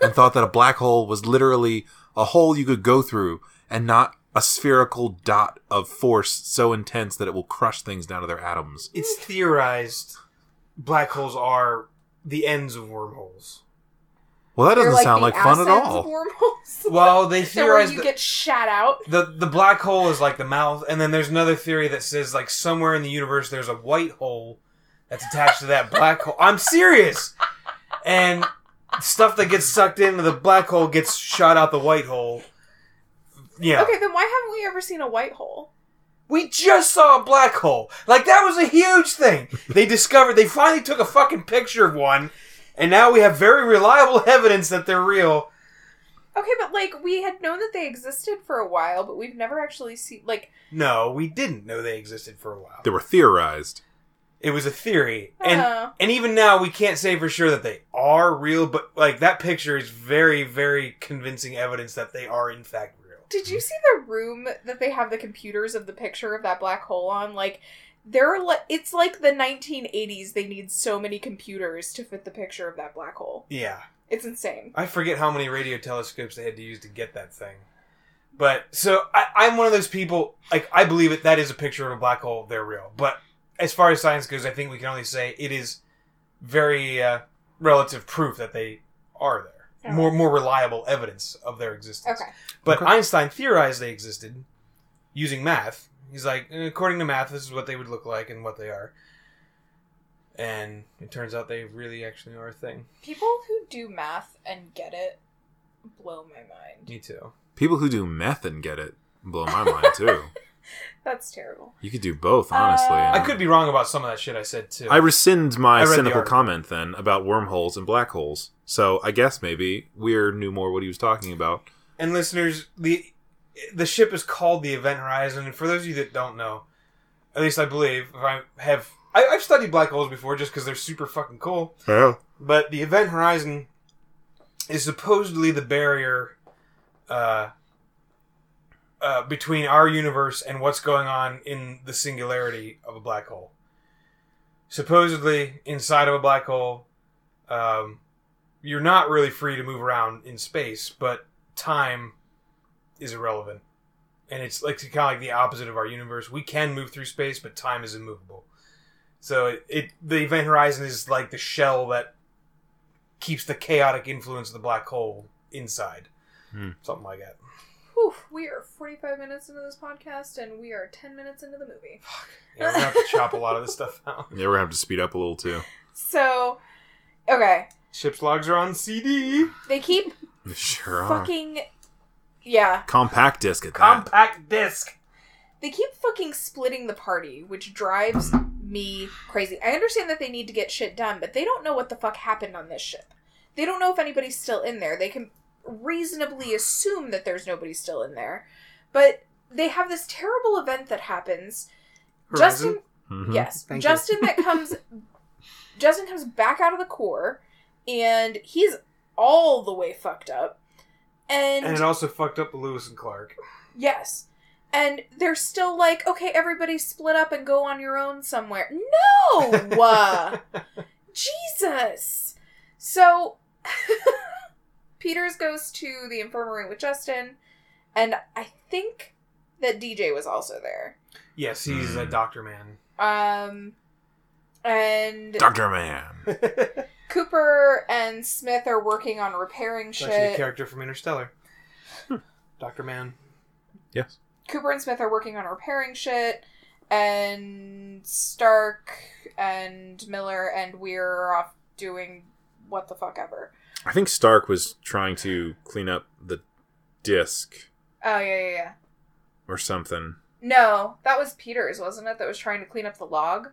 F: and thought that a black hole was literally a hole you could go through and not a spherical dot of force so intense that it will crush things down to their atoms.
G: it's theorized black holes are the ends of wormholes.
F: Well, that
D: They're
F: doesn't sound like
D: the
F: fun at
D: assets of
F: all.
D: Wormholes.
G: Well, they
D: They're where
G: theorize
D: you
G: that
D: get shat out.
G: the the black hole is like the mouth, and then there's another theory that says like somewhere in the universe there's a white hole that's attached to that black hole. I'm serious. And stuff that gets sucked into the black hole gets shot out the white hole. Yeah.
D: Okay, then why haven't we ever seen a white hole?
G: We just saw a black hole. Like that was a huge thing. They discovered. They finally took a fucking picture of one, and now we have very reliable evidence that they're real.
D: Okay, but like we had known that they existed for a while, but we've never actually seen like
G: No, we didn't know they existed for a while.
F: They were theorized.
G: It was a theory, and
D: Oh.
G: and even now we can't say for sure that they are real. But like that picture is very, very convincing evidence that they are in fact real.
D: Did you see the room that they have the computers of the picture of that black hole on? Like, they're li- it's like the 1980s. They need so many computers to fit the picture of that black hole.
G: Yeah,
D: It's insane.
G: I forget how many radio telescopes they had to use to get that thing. But so I, I'm one of those people. Like I believe it. That is a picture of a black hole. They're real. But as far as science goes, I think we can only say it is very uh, relative proof that they are there.
D: Oh.
G: More more reliable evidence of their existence.
D: Okay.
G: But
F: Okay.
G: Einstein theorized they existed using math. He's like, "Eh, according to math, this is what they would look like and what they are. And it turns out they really actually are a thing.
D: People who do math and get it blow my mind.
G: Me too.
F: People who do meth and get it blow my mind too.
D: That's terrible.
F: You could do both, honestly.
D: Uh,
G: I could be wrong about some of that shit I said too.
F: I rescind
G: I
F: my
G: read the
F: cynical
G: article.
F: comment then about wormholes and black holes. So I guess maybe Weir knew more what he was talking about.
G: and listeners, the the ship is called the Event Horizon. And for those of you that don't know, at least I believe, if I have, I, I've studied black holes before just because they're super fucking cool.
F: Yeah.
G: But the event horizon is supposedly the barrier uh, uh, between our universe and what's going on in the singularity of a black hole. Supposedly, inside of a black hole, um, you're not really free to move around in space, but time is irrelevant. And it's like kind of like the opposite of our universe. We can move through space, but time is immovable. So it, it the event horizon is like the shell that keeps the chaotic influence of the black hole inside.
F: Hmm.
G: Something like that.
D: Whew, we are 45 minutes into this podcast and we are 10 minutes into the movie.
G: Yeah, we're gonna have to chop a lot of this stuff out.
F: Yeah, we're gonna have to speed up a little too.
D: So, okay.
G: Ship's logs are on CD.
D: They keep
F: Sure. are.
D: fucking. Yeah.
F: Compact disc at that.
G: Compact disc.
D: They keep fucking splitting the party, which drives me crazy. I understand that they need to get shit done, but they don't know what the fuck happened on this ship. They don't know if anybody's still in there. They can reasonably assume that there's nobody still in there, but they have this terrible event that happens. Justin,
F: Mhm.
D: yes,
C: Thank you.
D: Justin that comes, Justin comes back out of the core, and he's all the way fucked up. And,
G: And it also fucked up Lewis and Clark.
D: Yes. And they're still like, okay, everybody split up and go on your own somewhere. No! Uh, Jesus! So, Peters goes to the infirmary with Justin, and I think that DJ was also there.
G: yes, he's a
F: Hmm.
G: doctor man.
D: Um, and
F: Doctor Man.
D: Cooper and Smith are working on repairing
G: It's actually a
D: shit.
G: character from Interstellar. Hmm. Doctor Man.
F: yes.
D: Cooper and Smith are working on repairing shit, and Stark and Miller and Weir are off doing what the fuck ever.
F: I think Stark was trying to clean up the disc
D: Oh yeah, yeah, yeah.
F: or something.
D: No, that was Peters, wasn't it? That was trying to clean up the log.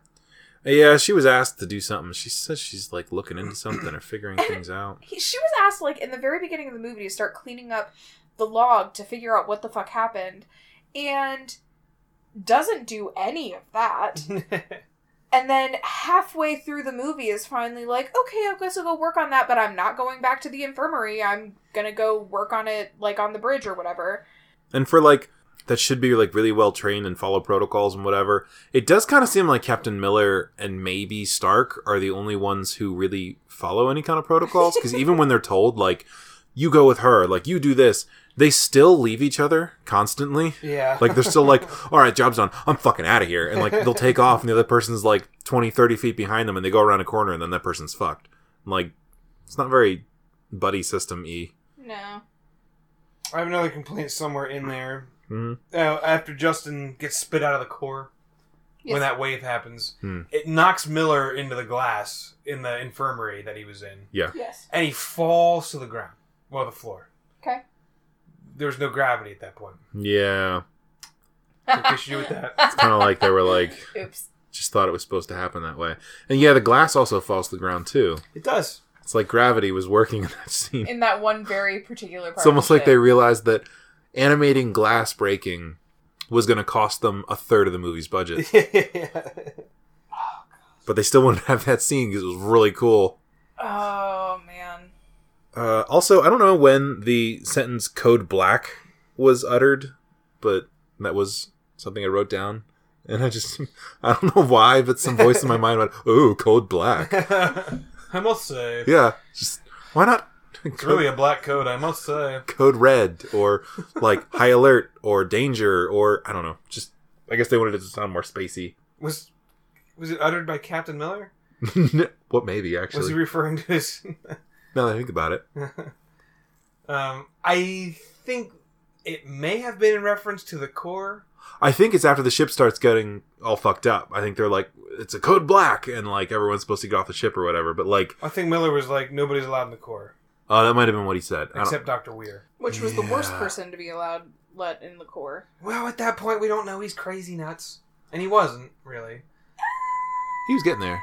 F: Yeah, she was asked to do something. She said she's like looking into something or figuring things out.
D: He, she was asked like in the very beginning of the movie to start cleaning up the log to figure out what the fuck happened, and doesn't do any of that. And then halfway through the movie is finally like, okay, I guess I'll go work on that, but I'm not going back to the infirmary. I'm gonna go work on it like on the bridge or whatever.
F: And for like that should be like really well trained and follow protocols and whatever. It does kind of seem like Captain Miller and maybe Stark are the only ones who really follow any kind of protocols because even when they're told like you go with her, like you do this, they still leave each other constantly.
G: yeah.
F: Like they're still like, all right, job's done. I'm fucking out of here. And like they'll take off and the other person's like 20, 30 feet behind them and they go around a corner and then that person's fucked. Like it's not very buddy system y.
D: No.
G: I have another complaint somewhere in there.
F: hmm
G: Uh, after Justin gets spit out of the core. when that wave happens,
F: Hmm.
G: it knocks Miller into the glass in the infirmary that he was in,
D: yes.
G: and he falls to the ground, well, the floor.
D: Okay.
G: There was no gravity at that point.
F: Yeah.
G: Took issue with that.
F: It's kind of like they were like,
D: Oops.
F: just thought it was supposed to happen that way. And yeah, the glass also falls to the ground too.
G: It does.
F: It's like gravity was working in that scene.
D: in that one very particular part.
F: It's almost
D: of
F: like
D: it.
F: they realized that animating glass breaking was going to cost them a third of the movie's budget, but they still wanted to have that scene because it was really cool.
D: Oh man.
F: Uh, also, I don't know when the sentence "Code Black" was uttered, but that was something I wrote down, and I just I don't know why, but some voice in my mind went, "Oh, Code Black."
G: I must say,
F: Yeah, just why not?
G: it's really a black code. I must say,
F: code red or like high alert or danger or I don't know. Just I guess they wanted it to sound more spacey.
G: was was it uttered by Captain Miller?
F: what maybe
G: Was
F: actually?
G: he referring to his?
F: now that I think about it,
G: um, I think it may have been in reference to the core.
F: I think it's after the ship starts getting all fucked up. I think they're like it's a code black and like everyone's supposed to get off the ship or whatever. But like,
G: I think Miller was like nobody's allowed in the core
F: oh, that might have been what he said. I don't-
G: except Doctor Weir.
D: Which was the worst
F: Yeah.
D: person to be allowed let in the core.
G: Well, at that point, we don't know he's crazy nuts, and he wasn't really.
F: he was getting there.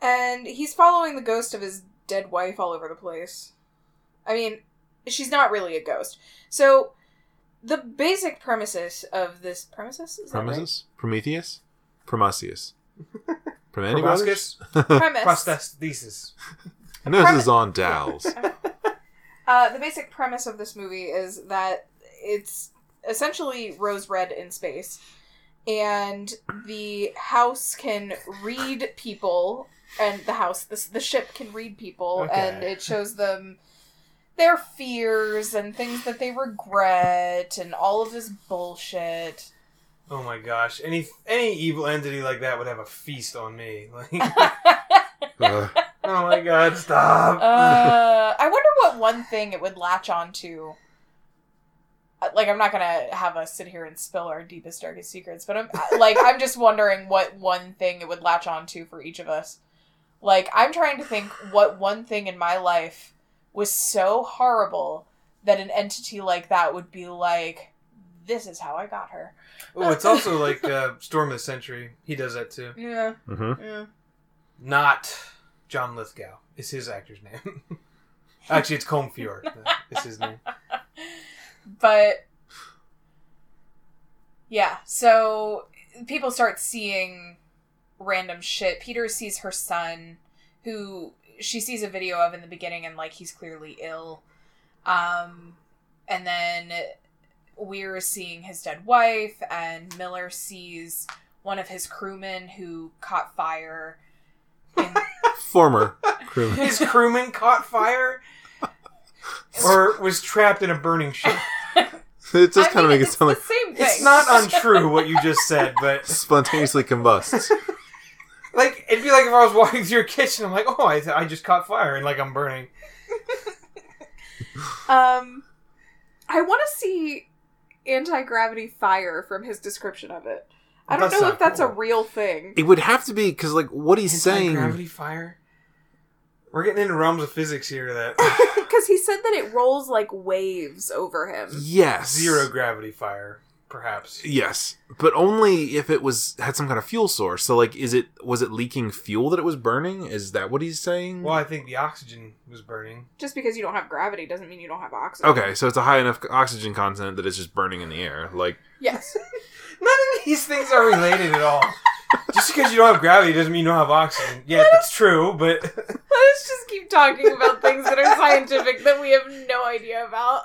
D: And he's following the ghost of his dead wife all over the place. I mean, she's not really a ghost. So the basic premises of this premises is that right?
F: Promises, Prometheus, Prometheus, from any
G: Proboscis?
D: premise
G: Prosthesis.
F: Noses on dowels.
D: Uh, the basic premise of this movie is that it's essentially rose red in space, and the house can read people, and the house, the, the ship can read people,
G: Okay.
D: and it shows them their fears and things that they regret and all of this bullshit.
G: Oh my gosh! Any any evil entity like that would have a feast on me. Like,
F: Uh,
G: oh my god! Stop.
D: Uh, I wonder what one thing it would latch on to. Uh, Like, I'm not gonna have us sit here and spill our deepest, darkest secrets, but I'm I- like, I'm just wondering what one thing it would latch on to for each of us. Like, I'm trying to think what one thing in my life was so horrible that an entity like that would be like, "This is how I got her."
G: Oh, it's also like uh, Storm of the Century. He does that too.
D: Yeah,
F: mhm.
D: yeah.
G: Not John Lithgow is his actor's name. Actually, it's Comfior. It's his name.
D: but yeah so people start seeing random shit peter sees her son who she sees a video of in the beginning and like he's clearly ill um and then weir is seeing his dead wife and miller sees one of his crewmen who caught fire in-
F: Former crewman.
G: His crewman caught fire, or was trapped in a burning ship.
F: It
D: I
F: just kind
D: mean,
F: of makes it
D: it's
F: sound like
D: the same thing
G: It's not untrue what you just said, but
F: spontaneously combusts.
G: like it'd be like if I was walking through your kitchen. I'm like, oh, I, I just caught fire, and like I'm burning.
H: Um, I want to see anti gravity fire from his description of it. I don't
G: That's
H: know
G: not
H: if that's a
G: cool.
H: real thing.
F: It would have to be because, like, what he's saying.
G: gravity fire. We're getting into realms of physics here. That
H: Because he said that it rolls like waves over him.
F: Yes,
G: zero gravity fire, perhaps.
F: Yes, but only if it was had some kind of fuel source. So, like, is it was it leaking fuel that it was burning? Is that what he's saying?
G: Well, I think the oxygen was burning.
H: Just because you don't have gravity doesn't mean you don't have oxygen.
F: Okay, so it's a high enough oxygen content that it's just burning in the air. Like,
H: Yes.
G: None of these things are related at all. Just because you don't have gravity doesn't mean you don't have oxygen. Yeah, that's true, but
H: Let's just keep talking about things that are scientific that we have no idea about.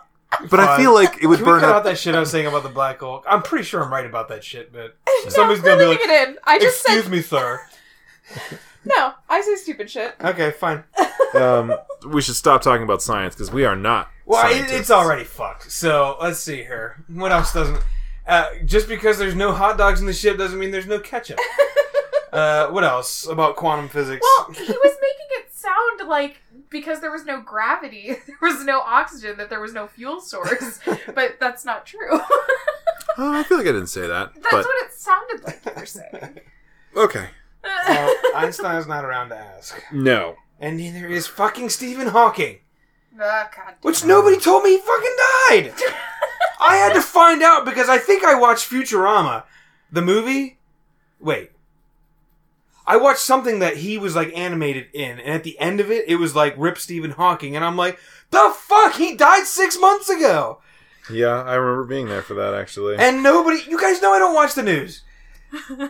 F: but I
G: Fine.
F: feel like it would
G: Can we
F: burn
G: cut out
F: up.
G: that shit I was saying about the black hole? I'm pretty sure I'm right about that shit, but
H: No,
G: somebody's
H: we're
G: gonna be
H: leaving
G: like,
H: it in. I just
G: "Excuse
H: said
G: me, sir."
H: no. I say stupid shit.
G: Okay, fine.
F: um, we should stop talking about science because we are not.
G: Well, it,
F: scientists.
G: it's already fucked. So let's see here. What else doesn't? Uh, just because there's no hot dogs in the ship doesn't mean there's no ketchup. uh, what else about quantum physics?
H: Well, he was making it sound like because there was no gravity, there was no oxygen, that there was no fuel source. but that's not true.
F: Oh, I feel like I didn't say that,
H: that's
F: but
H: what it sounded like you were saying.
F: okay.
G: Well, Einstein's Uh, not around to ask,
F: No,
G: and neither is fucking Stephen Hawking,
H: Ah, God.
G: which nobody told me he fucking died. I had to find out because I think I watched Futurama, the movie. Wait, I watched something that he was like animated in, and at the end of it, it was like Rip Stephen Hawking, and I'm like, the fuck, he died six months ago,
F: Yeah, I remember being there for that actually.
G: and nobody. You guys know I don't watch the news.
F: yeah,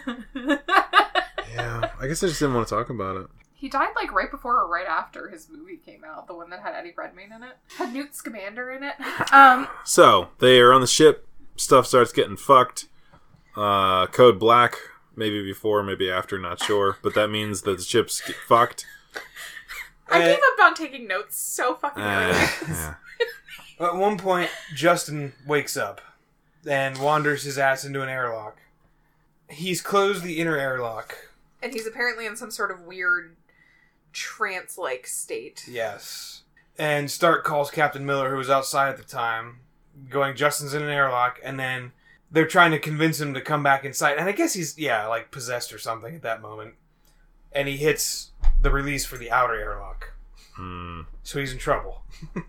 F: I guess I just didn't want to talk about it.
I: He died like right before or right after his movie came out, the one that had Eddie Redmayne in it, had Newt Scamander in it. Um,
F: So they are on the ship. Stuff starts getting fucked. Uh, code black, maybe before, maybe after, not sure. But that means that the ships get fucked.
I: I
G: Uh,
I: gave up on taking notes so fucking early.
F: Uh, yeah.
G: At one point, Justin wakes up and wanders his ass into an airlock. He's closed the inner airlock.
I: and he's apparently in some sort of weird trance-like state.
G: Yes. And Stark calls Captain Miller, who was outside at the time, going, Justin's in an airlock, and then they're trying to convince him to come back inside. And I guess he's, yeah, like possessed or something at that moment. And he hits the release for the outer airlock.
F: Hmm.
G: So he's in trouble.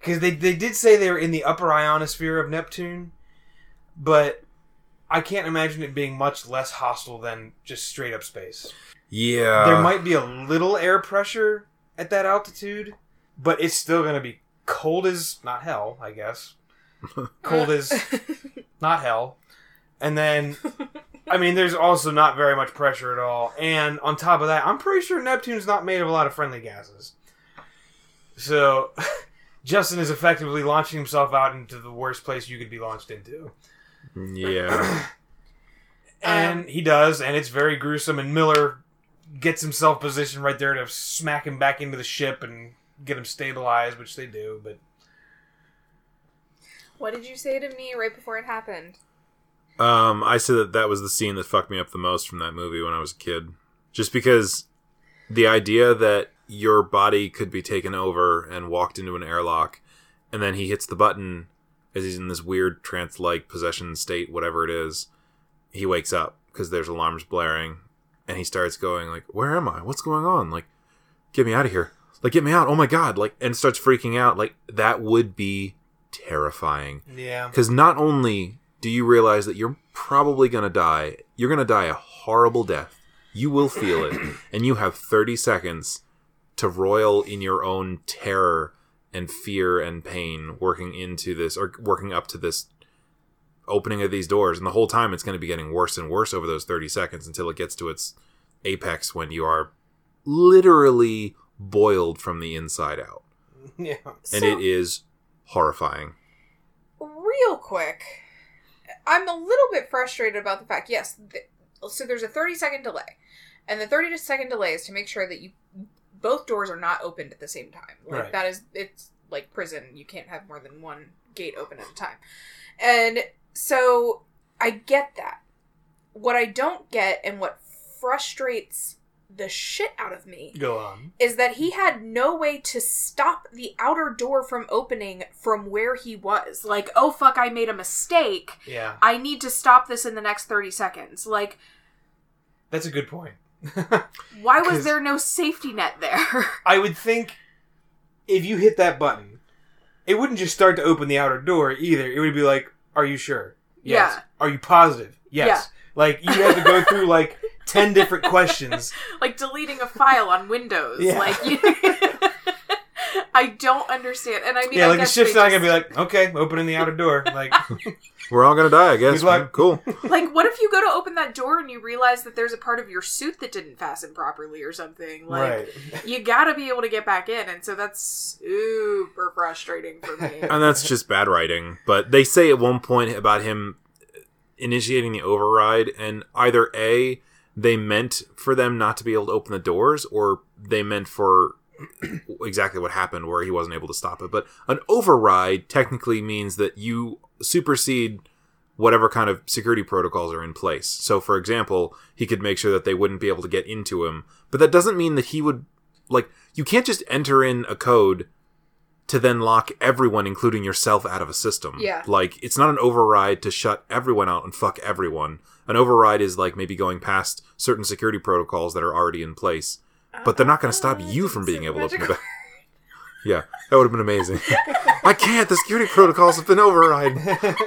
G: Because they, they did say they were in the upper ionosphere of Neptune, but I can't imagine it being much less hostile than just straight up space.
F: Yeah.
G: There might be a little air pressure at that altitude, but it's still going to be cold as not hell, I guess.
I: Uh,
G: cold as not hell. And then, I mean, there's also not very much pressure at all. And on top of that, I'm pretty sure Neptune's not made of a lot of friendly gases. So, Justin is effectively launching himself out into the worst place you could be launched into.
F: Yeah.
G: And he does, and it's very gruesome. And Miller gets himself positioned right there to smack him back into the ship and get him stabilized, which they do. But
D: What did you say to me right before it happened?
F: Um, I said that that was the scene that fucked me up the most from that movie when I was a kid. Just because the idea that your body could be taken over and walked into an airlock, and then he hits the button as he's in this weird trance like possession state, whatever it is. He wakes up because there's alarms blaring and he starts going, like, Where am I? What's going on? Like, get me out of here. Like, get me out. Oh my God. Like, and starts freaking out. Like, that would be terrifying.
G: yeah,
F: Because not only do you realize that you're probably going to die, you're going to die a horrible death. You will feel it. And you have 30 seconds to roil in your own terror and fear and pain working into this or working up to this opening of these doors. And the whole time it's going to be getting worse and worse over those 30 seconds until it gets to its apex when you are literally boiled from the inside out.
G: yeah.
F: And it is horrifying.
D: real quick i'm a little bit frustrated about the fact yes th- so there's a 30 second delay and the 30 second delay is to make sure that you both doors are not opened at the same time like
G: Right.
D: that is it's like prison you can't have more than one gate open at a time and so i get that what i don't get and what frustrates the shit out of me
G: Go on.
D: is that he had no way to stop the outer door from opening from where he was. Like, oh fuck, I made a mistake.
G: Yeah,
D: I need to stop this in the next 30 seconds. Like,
G: that's a good point.
D: why was
G: 'Cause-
D: there no safety net there?
G: I would think if you hit that button, it wouldn't just start to open the outer door either. It would be like, "Are you sure? Yes.
I: Yeah.
G: Are you positive? Yes." Like you have to go through like ten different questions.
I: Like deleting a file on Windows.
G: Yeah.
I: Like you- I don't understand. And I mean
G: Yeah,
I: I
G: like the
I: guess
G: ship's
I: they
G: not
I: just-
G: gonna be like, "Okay, opening the outer door." Like,
F: We're all gonna die, I guess.
G: Good luck.
F: Cool.
I: Like, what if you go to open that door and you realize that there's a part of your suit that didn't fasten properly or something? Like,
G: right?
I: you gotta be able to get back in, and so that's super frustrating for me.
F: And that's just bad writing. But they say at one point about him initiating the override, and either A, they meant for them not to be able to open the doors, or they meant for exactly what happened where he wasn't able to stop it. But an override technically means that you supersede whatever kind of security protocols are in place. So, for example, he could make sure that they wouldn't be able to get into him. But that doesn't mean that he would, like, you can't just enter in a code to then lock everyone, including yourself, out of a system.
D: Yeah.
F: Like, it's not an override to shut everyone out and fuck everyone. An override is like maybe going past certain security protocols that are already in place, but they're not going to stop
I: Oh,
D: Oh,
F: you from being able to open the back. Yeah, that would have been amazing. I can't. The security protocols have been overridden.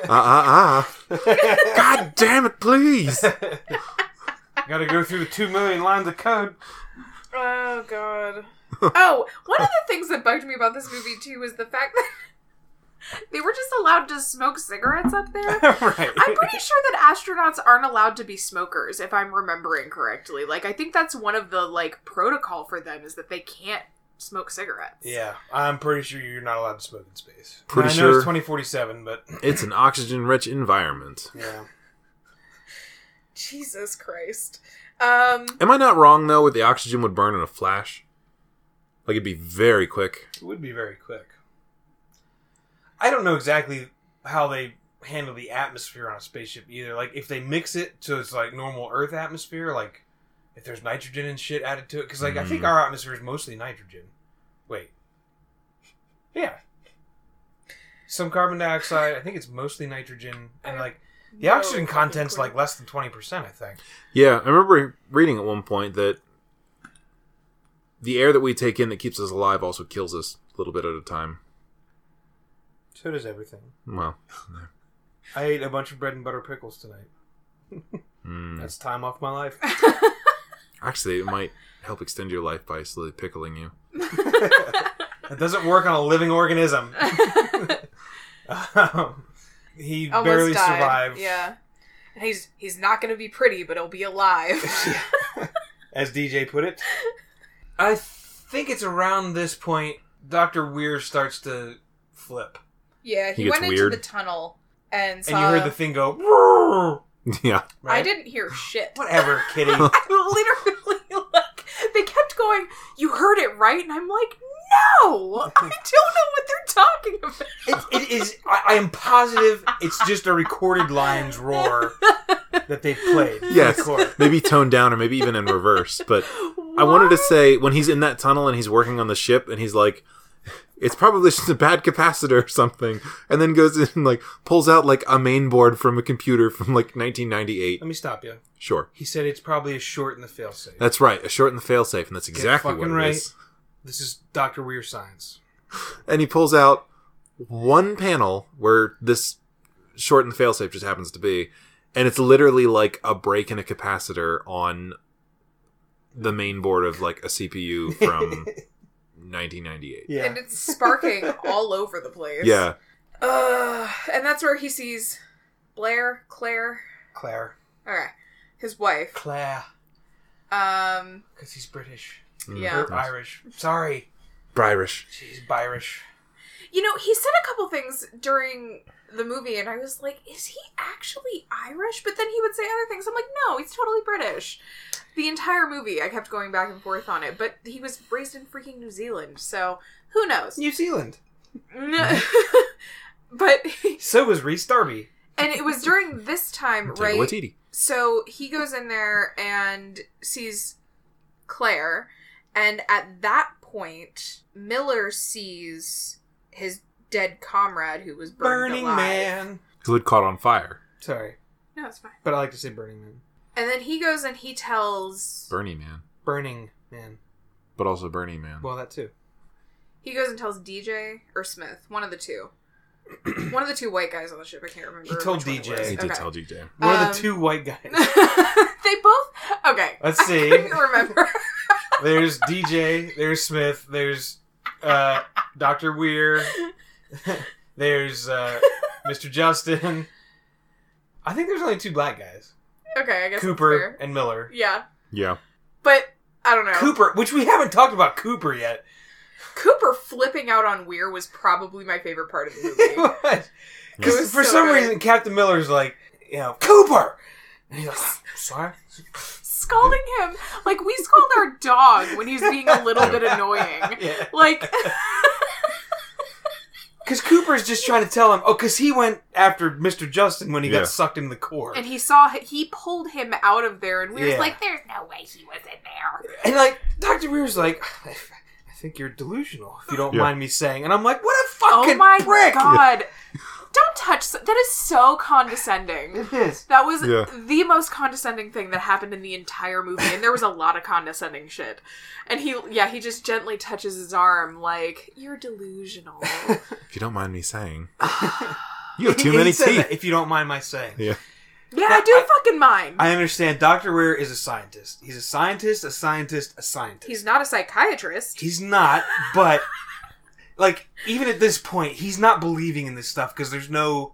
F: Ah ah ah! God damn it! Please.
G: Gotta go through the two million lines of code.
D: Oh god.
I: Oh, one of the things that bugged me about this movie too was the fact that they were just allowed to smoke cigarettes up there.
G: right.
I: I'm pretty sure that astronauts aren't allowed to be smokers, if I'm remembering correctly. Like, I think that's one of the like protocol for them is that they can't smoke cigarettes.
G: Yeah, I'm pretty sure you're not allowed to smoke in space.
F: Pretty
G: I know
F: sure.
G: it's 2047, but
F: It's an oxygen rich environment.
G: yeah.
D: Jesus Christ. Um
F: Am I not wrong though? With the oxygen would burn in a flash. Like it'd be very quick.
G: It would be very quick. I don't know exactly how they handle the atmosphere on a spaceship either. Like if they mix it so it's like normal Earth atmosphere, like if there's nitrogen and shit added to it, because like I think
F: Mm.
G: our atmosphere is mostly nitrogen. Wait, yeah, some carbon dioxide. I think it's mostly nitrogen, and like the
D: no
G: oxygen
D: fucking
G: content's
D: clue.
G: like less than twenty percent. I think.
F: Yeah, I remember reading at one point that the air that we take in that keeps us alive also kills us a little bit at a time.
G: So does everything.
F: Well,
G: I ate a bunch of bread and butter pickles tonight.
F: mm,
G: That's time off my life.
F: actually, it might help extend your life by slowly pickling you.
G: It doesn't work on a living organism. um, he
D: almost
G: barely
D: died.
G: survived.
D: Yeah. And he's he's not gonna be pretty, but he'll be alive.
G: As DJ put it. I think it's around this point Dr. Weir starts to flip.
D: yeah, he,
F: He gets
D: went
F: weird.
D: into the tunnel and
G: And
D: saw
G: you heard the thing go, "Roar,"
F: yeah,
D: Uh,
G: right?
D: I didn't hear shit.
G: Whatever, kitty.
I: Literally, like they kept going. You heard it right, and I'm like, no, I don't know what they're talking about.
G: it, it is, I, I am positive it's just a recorded lion's roar that they played.
F: Yes.
G: Record.
F: maybe toned down or maybe even in reverse. But I wanted to say when he's in that tunnel and he's working on the ship and he's like, it's probably just a bad capacitor or something, and then goes in and like pulls out like a main board from a computer from like 1998.
G: Let me stop you.
F: Sure,
G: He said it's probably a short in the failsafe.
F: that's right, a short and the failsafe, and that's exactly
G: fucking
F: what it is.
G: right. This is Dr. Weir science.
F: And he pulls out one panel where this short and the failsafe just happens to be, and it's literally like a break in a capacitor on the main board of like a CPU from 1998.
G: Yeah.
D: And it's sparking all over the place.
F: Yeah.
D: Uh, and that's where he sees Blair, Claire,
G: Claire.
D: alright, his wife.
G: Claire.
D: Um,
G: Because he's British.
D: yeah.
G: Or Irish. Sorry.
F: Mm-hmm. Brirish.
G: She's Irish.
D: You know, he said a couple things during the movie, and I was like, is he actually Irish? But then he would say other things. I'm like, no, he's totally British. The entire movie, I kept going back and forth on it, but he was raised in freaking New Zealand, so who knows?
G: New Zealand.
D: but,
G: So was Reese Darby.
D: and it was during this time,
F: Taika
D: right?
F: Waititi.
D: So he goes in there and sees Claire, and at that point, Miller sees his dead comrade who was burned
G: Burning
D: alive.
G: Man.
F: Who had caught on fire.
G: Sorry.
D: No, it's fine.
G: But I like to say Burning Man.
D: And then he goes and he tells
F: Bernie Man.
G: Burning Man.
F: But also Bernie Man.
G: Well, that too.
D: he goes and tells DJ or Smith, one of the two, one of the two white guys on the ship. I can't remember.
G: He told
D: which one it
G: DJ.
D: was.
F: he did
D: Okay.
F: tell DJ.
G: One of
D: Um,
G: the two white guys.
D: they both okay.
G: Let's
D: I
G: see.
D: couldn't remember.
G: There's DJ. There's Smith. There's uh, Dr. Weir. there's uh, Mr. Justin. I think there's only two black guys
D: okay, I guess that's
G: Cooper
D: fair.
G: and Miller.
D: Yeah,
F: Yeah.
D: but I don't know.
G: Cooper, which we haven't talked about Cooper yet.
D: Cooper flipping out on Weir was probably my favorite part of the movie.
G: It was.
F: It
G: Cause
D: was
G: for
D: so
G: some
D: good.
G: reason, Captain Miller's like, you know, Cooper! And he's like, "I'm sorry.
I: Scalding him like we scald our dog when he's being a little bit annoying.
G: Yeah.
I: Like,
G: Because Cooper's just trying to tell him, oh, because he went after Mr. Justin when he
F: Yeah.
G: got sucked in the core.
I: and he saw he pulled him out of there, and we were
G: Yeah.
I: just like, "There's no way he was in there."
G: And like, Dr. Weir's like, I think you're delusional, if you don't
F: Yeah.
G: mind me saying. And I'm like, what a
I: Oh
G: fucking
I: my
G: prick!
I: god! Don't touch. s- That is so condescending.
G: It is.
I: That was
F: Yeah.
I: the most condescending thing that happened in the entire movie, and there was a lot of condescending shit. And he, yeah, he just gently touches his arm, like you're delusional.
F: If you don't mind me saying. You have too
G: He
F: many
G: said
F: teeth.
G: that, if you don't mind my saying.
F: Yeah.
D: Yeah,
G: Now,
D: I do
G: I-
D: fucking mime.
G: I understand. Doctor Ware is a scientist. He's a scientist, a scientist, a scientist.
D: He's not a psychiatrist.
G: He's not, but like even at this point, he's not believing in this stuff because there's no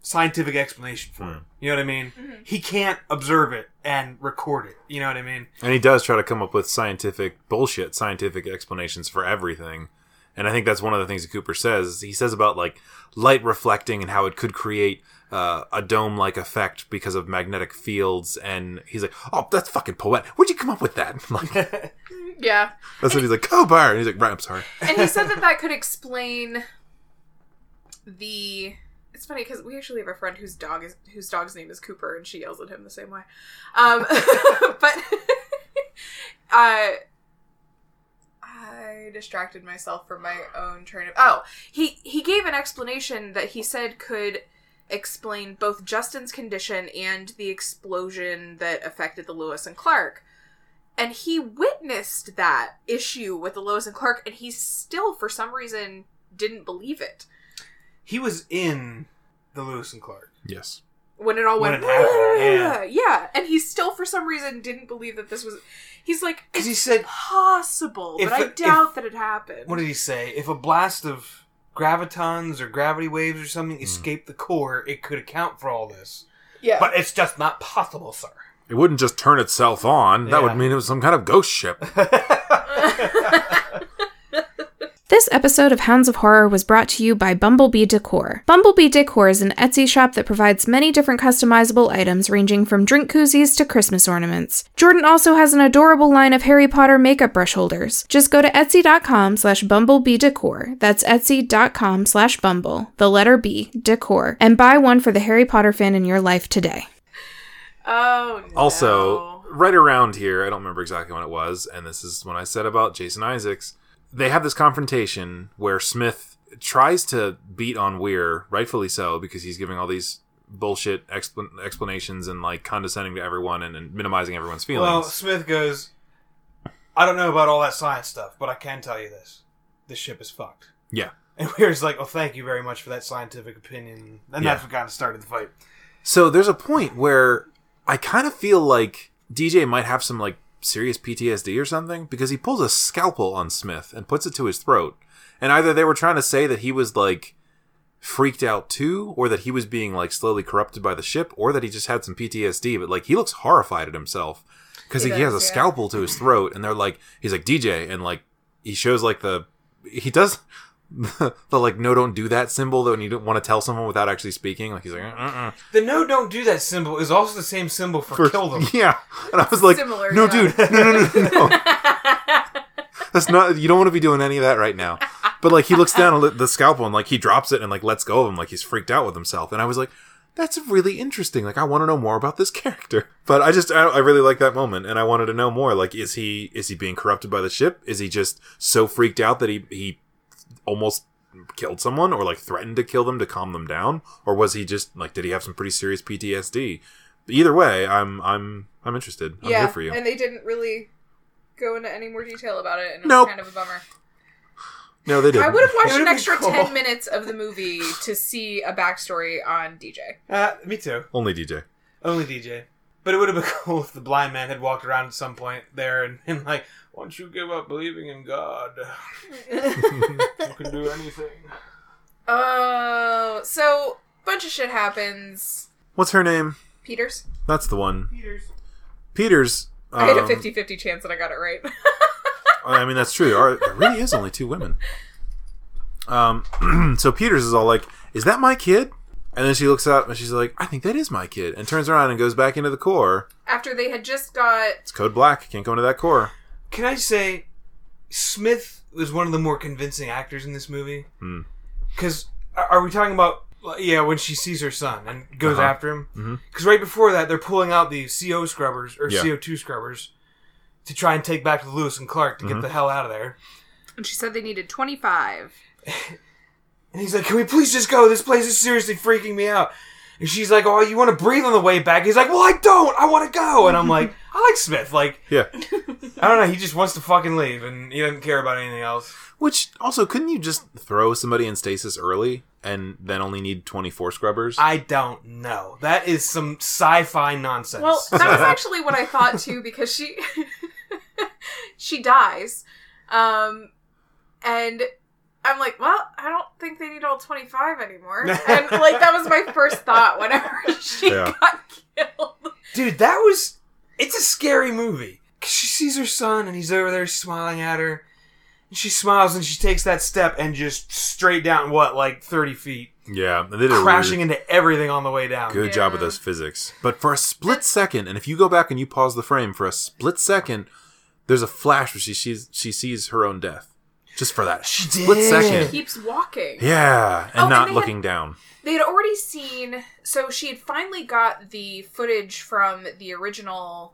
G: scientific explanation for it. You know what I mean? He can't observe it and record it. You know what I mean?
F: And he does try to come up with scientific bullshit, scientific explanations for everything. And I think that's one of the things that Cooper says. is He says about like light reflecting and how it could create uh, a dome-like effect because of magnetic fields. And he's like, "Oh, that's fucking poetic. Where'd you come up with that?" Like, that's
D: Yeah.
F: what he's like. Oh, bar. And he's like, "Right, I'm sorry."
D: and he said that that could explain the it's funny because we actually have a friend whose dog is whose dog's name is cooper and she yells at him the same way um, but uh, i distracted myself from my own train of oh he he gave an explanation that he said could explain both justin's condition and the explosion that affected the lewis and clark and he witnessed that issue with the Lois and Clark, and he still, for some reason, didn't believe it
G: He was in the Lewis and Clark.
F: Yes.
D: when it all
G: When
D: went.
G: it happened,
D: yeah, and he still, for some reason, didn't believe that this was. He's like,
G: Because
D: it's
G: he said,
D: possible,
G: If-
D: but I
G: if-
D: doubt that it happened.
G: what did he say? If a blast of gravitons or gravity waves or something
F: Hmm.
G: escaped the core, it could account for all this.
D: yeah,
G: But it's just not possible, sir.
F: It wouldn't just turn itself on. That would
G: Yeah.
F: mean it was some kind of ghost ship.
A: This episode of Hounds of Horror was brought to you by Bumblebee Decor. Bumblebee Decor is an Etsy shop that provides many different customizable items ranging from drink koozies to Christmas ornaments. Jordan also has an adorable line of Harry Potter makeup brush holders. Just go to etsy.com slash bumblebee decor. That's etsy.com slash bumble, the letter B, decor, and buy one for the Harry Potter fan in your life today.
D: oh, no.
F: Also, right around here, I don't remember exactly when it was, and this is when I said about Jason Isaacs. They have this confrontation where Smith tries to beat on Weir, rightfully so, because he's giving all these bullshit explan- explanations and like condescending to everyone and, and minimizing everyone's feelings.
G: Well, Smith goes, I don't know about all that science stuff, but I can tell you this. This ship is fucked.
F: yeah.
G: And Weir's like, well, thank you very much for that scientific opinion. And that's
F: Yeah.
G: what kind of started the fight.
F: So there's a point where I kind of feel like DJ might have some like serious PTSD or something because he pulls a scalpel on Smith and puts it to his throat. And either they were trying to say that he was like freaked out too or that he was being like slowly corrupted by the ship or that he just had some PTSD but like he looks horrified at himself cuz he,
J: He
F: has a
J: does, yeah.
F: scalpel to his throat and they're like he's like DJ and like he shows like the he does the, like no don't do that symbol though and you don't want to tell someone without actually speaking like he's like uh-uh
G: The no don't do that symbol is also the same symbol for, kill them.
F: yeah, and I was like,
D: Similar,
F: no,
D: yeah.
F: dude, no, no, no, no, no. That's not. You don't want to be doing any of that right now. But like, he looks down at the scalpel and like he drops it and like lets go of him, like he's freaked out with himself. And I was like, that's really interesting. Like, I want to know more about this character. But I just, I, I really like that moment, and I wanted to know more. Like, is he is he being corrupted by the ship? Is he just so freaked out that he he almost killed someone or like threatened to kill them to calm them down or was he just like did he have some pretty serious PTSD either way i'm i'm i'm interested i'm here for you
D: and they didn't really go into any more detail about it, and
F: Nope.
D: it was kind of a bummer.
F: no they didn't
D: I would have watched an
G: would've been
D: extra
G: cool.
D: ten minutes of the movie to see a backstory on DJ.
G: Uh, me too.
F: only dj
G: Only DJ. But it would have been cool if the blind man had walked around at some point there and been like, once you give up believing in God, you can do anything.
D: Oh, so bunch of shit happens.
F: what's her name
D: Peters,
F: that's the one
G: Peters.
F: peters
D: I had a
F: um,
D: 50-50 chance that I got it right.
F: I mean, that's true. There, are, there really is only two women. Um, so Peters is all like, "Is that my kid?" And then she looks up and she's like, "I think that is my kid," and turns around and goes back into the core.
D: After they had just got
F: It's code black. Can't go into that core.
G: Can I say, Smith was one of the more convincing actors in this movie?
F: Hmm.
G: Because are we talking about well, yeah when she sees her son and goes
F: Uh-huh.
G: after him?
F: Mhm.
G: Because right before that, they're pulling out the CO scrubbers or
F: Yeah.
G: CO two scrubbers to try and take back to Lewis and Clark
F: Mm-hmm.
G: to get the hell out of there.
D: and she said they needed 25.
G: And he's like, "Can we please just go? This place is seriously freaking me out." And And she's like, "Oh, you want to breathe on the way back?" He's like, "Well, I don't. I want to go." And I'm like, "I like Smith. Like,
F: Yeah.
G: I don't know. He just wants to fucking leave, and he doesn't care about anything else."
F: Which also couldn't you just throw somebody in stasis early and then only need twenty four scrubbers?
G: I don't know. That is some sci-fi nonsense.
D: Well, that was actually what I thought too, because she she dies, um, and I'm like, well, I don't think they need all 25 anymore, and like that was my first thought whenever she
F: Yeah.
D: got killed.
G: Dude, that was. It's a scary movie. 'Cause She sees her son, and he's over there smiling at her. And she smiles, and she takes that step, and just straight down, what, like 30 feet?
F: yeah, they did a
G: Crashing
F: really
G: into everything on the way down.
F: good job with those physics. But for a split second, and if you go back and you pause the frame for a split second, there's a flash where she sees she sees her own death. Just for that
G: She
F: split
G: did.
F: second.
D: Keeps walking.
F: Yeah, and
D: and
F: not
D: they had-
F: looking down.
D: They had already seen, so she had finally got the footage from the original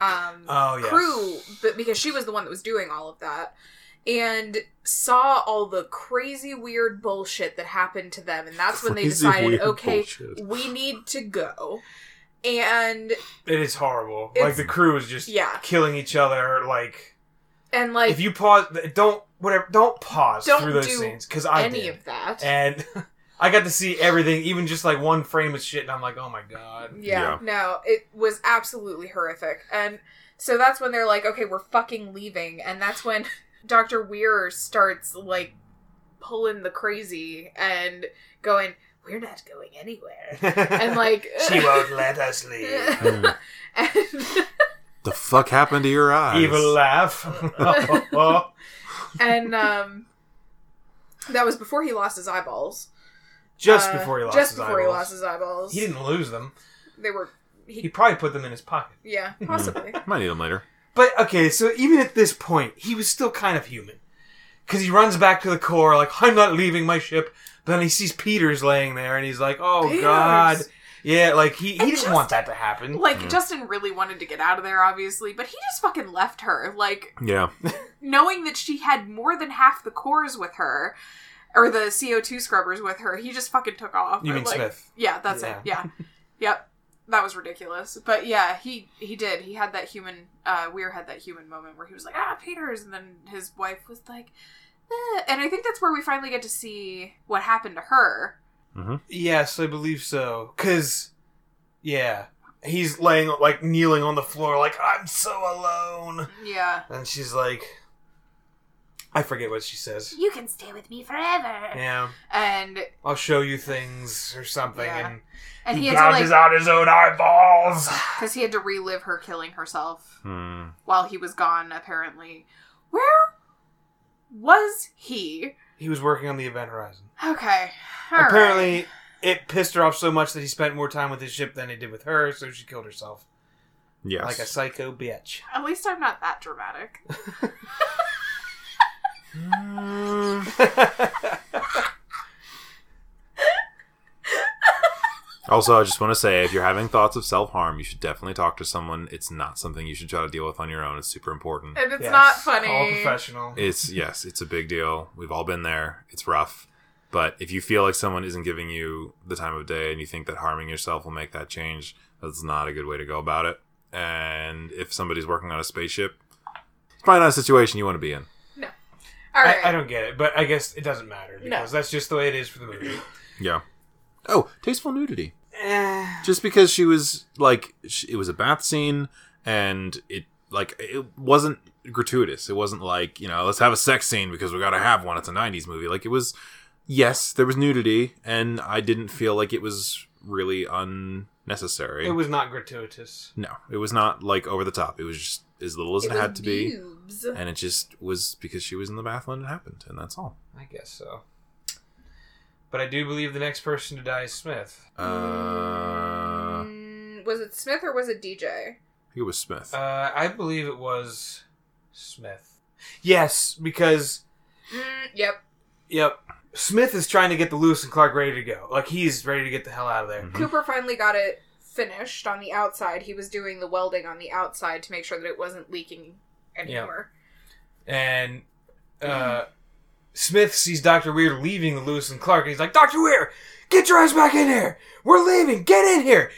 D: um,
G: Oh, yes.
D: crew, but because she was the one that was doing all of that, and saw all the crazy, weird bullshit that happened to them, and that's when they
F: Crazy,
D: decided,
F: weird
D: okay,
F: bullshit.
D: we need to go. And
G: It is horrible. like,
D: It's-
G: the crew is just
D: Yeah.
G: killing each other. Like,
D: and like
G: if you pause, don't, whatever, don't pause
D: Don't
G: through those
D: do
G: scenes. Because I
D: any
G: did.
D: of that,
G: and I got to see everything, even just like one frame of shit, and I'm like, oh my god.
D: Yeah, no, it was absolutely horrific. And so that's when they're like, okay, we're fucking leaving. And that's when Dr. Weir starts like pulling the crazy and going, we're not going anywhere. And like,
G: she won't let us leave.
D: and,
F: Hmm. The fuck happened to your eyes?
G: Evil laugh.
D: and, um, that was before he lost his eyeballs.
G: just
D: Uh,
G: before he lost
D: Just
G: his
D: before he
G: eyeballs.
D: lost his eyeballs.
G: He didn't lose them.
D: They were,
G: He probably put them in his pocket.
D: yeah, possibly.
F: Might need them later.
G: But okay, so even at this point, he was still kind of human. Because he runs back to the core, like, I'm not leaving my ship. But then he sees Peter's laying there, and he's like, oh,
D: Peters.
G: God. Yeah, like, he, he
D: And
G: didn't
D: just-
G: want that to happen.
D: like, Justin really wanted to get out of there, obviously, but he just fucking left her. Like,
F: Yeah.
D: knowing that she had more than half the cores with her or the CO2 scrubbers with her, he just fucking took off.
G: You mean
D: Like,
G: Smith.
D: Yeah, that's it. Yeah. yep. That was ridiculous. But yeah, he he did. He had that human uh Weir had that human moment where he was like, "Ah, Peters." And then his wife was like, eh. and I think that's where we finally get to see what happened to her.
G: Yes, I believe so. Cause, yeah, he's laying like kneeling on the floor, like I'm so alone.
D: Yeah.
G: And she's like, I forget what she says.
K: You can stay with me forever.
G: Yeah,
D: And
G: I'll show you things or something.
D: Yeah.
G: And,
D: and he
G: he
D: had to
G: gouges
D: like
G: out his own eyeballs.
D: cuz he had to relive her killing herself.
F: Hmm.
D: while he was gone, apparently. Where was he?
G: He was working on the Event Horizon.
D: Okay. all right.
G: Apparently, it pissed her off so much that he spent more time with his ship than he did with her, so she killed herself
F: Yes.
G: like a psycho bitch.
D: At least I'm not that dramatic.
F: Mm. Also, I just want to say if you're having thoughts of self harm, you should definitely talk to someone. It's not something you should try to deal with on your own. It's super important.
D: And it's
G: Yes,
D: not
G: All
D: funny.
G: professional.
F: It's, yes, it's a big deal. We've all been there. It's rough. But if you feel like someone isn't giving you the time of day and you think that harming yourself will make that change, that's not a good way to go about it. And if somebody's working on a spaceship, it's probably not a situation you want to be in.
D: All right.
G: I, I don't get it, but I guess it doesn't matter because that's just the way it is for the movie.
F: Yeah. Oh, tasteful nudity.
G: Eh.
F: just because she was like sh it was a bath scene and it like it wasn't gratuitous it wasn't like you know let's have a sex scene because we gotta have one it's a 90s movie like it was yes there was nudity and i didn't feel like it was really unnecessary
G: It was not gratuitous.
F: no it was not like over the top it was just as little as it, had to be
D: Boobs.
F: and it just was because she was in the bath when it happened and that's all
G: I guess so. But I do believe the next person to die is Smith.
F: uh i
D: Mm, was it Smith or was it DJ?
F: think it was smith
G: Uh, I believe it was Smith. Yes, because
D: Mm, yep.
G: Mm-hmm. yep, Smith is trying to get the Lewis and Clark ready to go. Like he's ready to get the hell out of there.
F: Mhm.
D: Cooper finally got it finished on the outside. He was doing the welding on the outside to make sure that it wasn't leaking anywhere.
G: And uh, Smith sees Dr. Weir leaving the Lewis and Clark, and he's like, Dr. Weir, get your ass back in here! We're leaving! Get in here!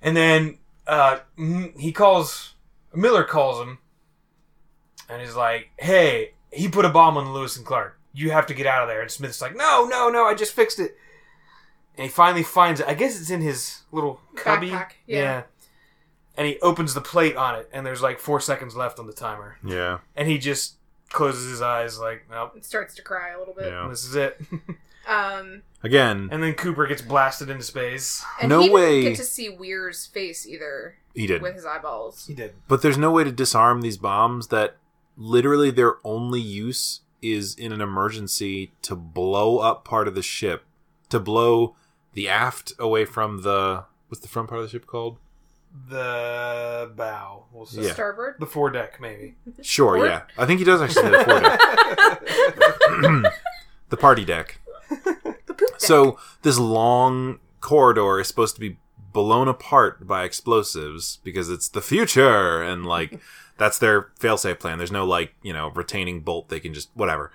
G: And then uh, m- he calls, Miller calls him, and he's like, hey, he put a bomb on Lewis and Clark. You have to get out of there. And Smith's like, no, no, no, I just fixed it. And he finally finds it. I guess it's in his little cubby.
D: Backpack, yeah.
G: And he opens the plate on it, and there's like four seconds left on the timer.
F: Yeah.
G: And he just closes his eyes, like, nope,
D: It starts to cry a little bit.
F: Yeah.
G: this is it.
D: Um,
F: Again,
G: and then Cooper gets blasted into space.
D: and
F: No
D: he
F: way.
D: didn't get to see Weir's face either
F: he did.
D: with his eyeballs.
G: He did.
F: But there's no way to disarm these bombs that literally their only use is in an emergency to blow up part of the ship, to blow the aft away from the what's the front part of the ship called?
G: The bow. We'll say.
F: Yeah.
D: Starboard.
G: The foredeck, maybe.
F: Sure, yeah. I think he does actually say the foredeck. the party deck. So this long corridor is supposed to be blown apart by explosives because it's the future and like that's their failsafe plan. There's no like, you know, retaining bolt they can just whatever.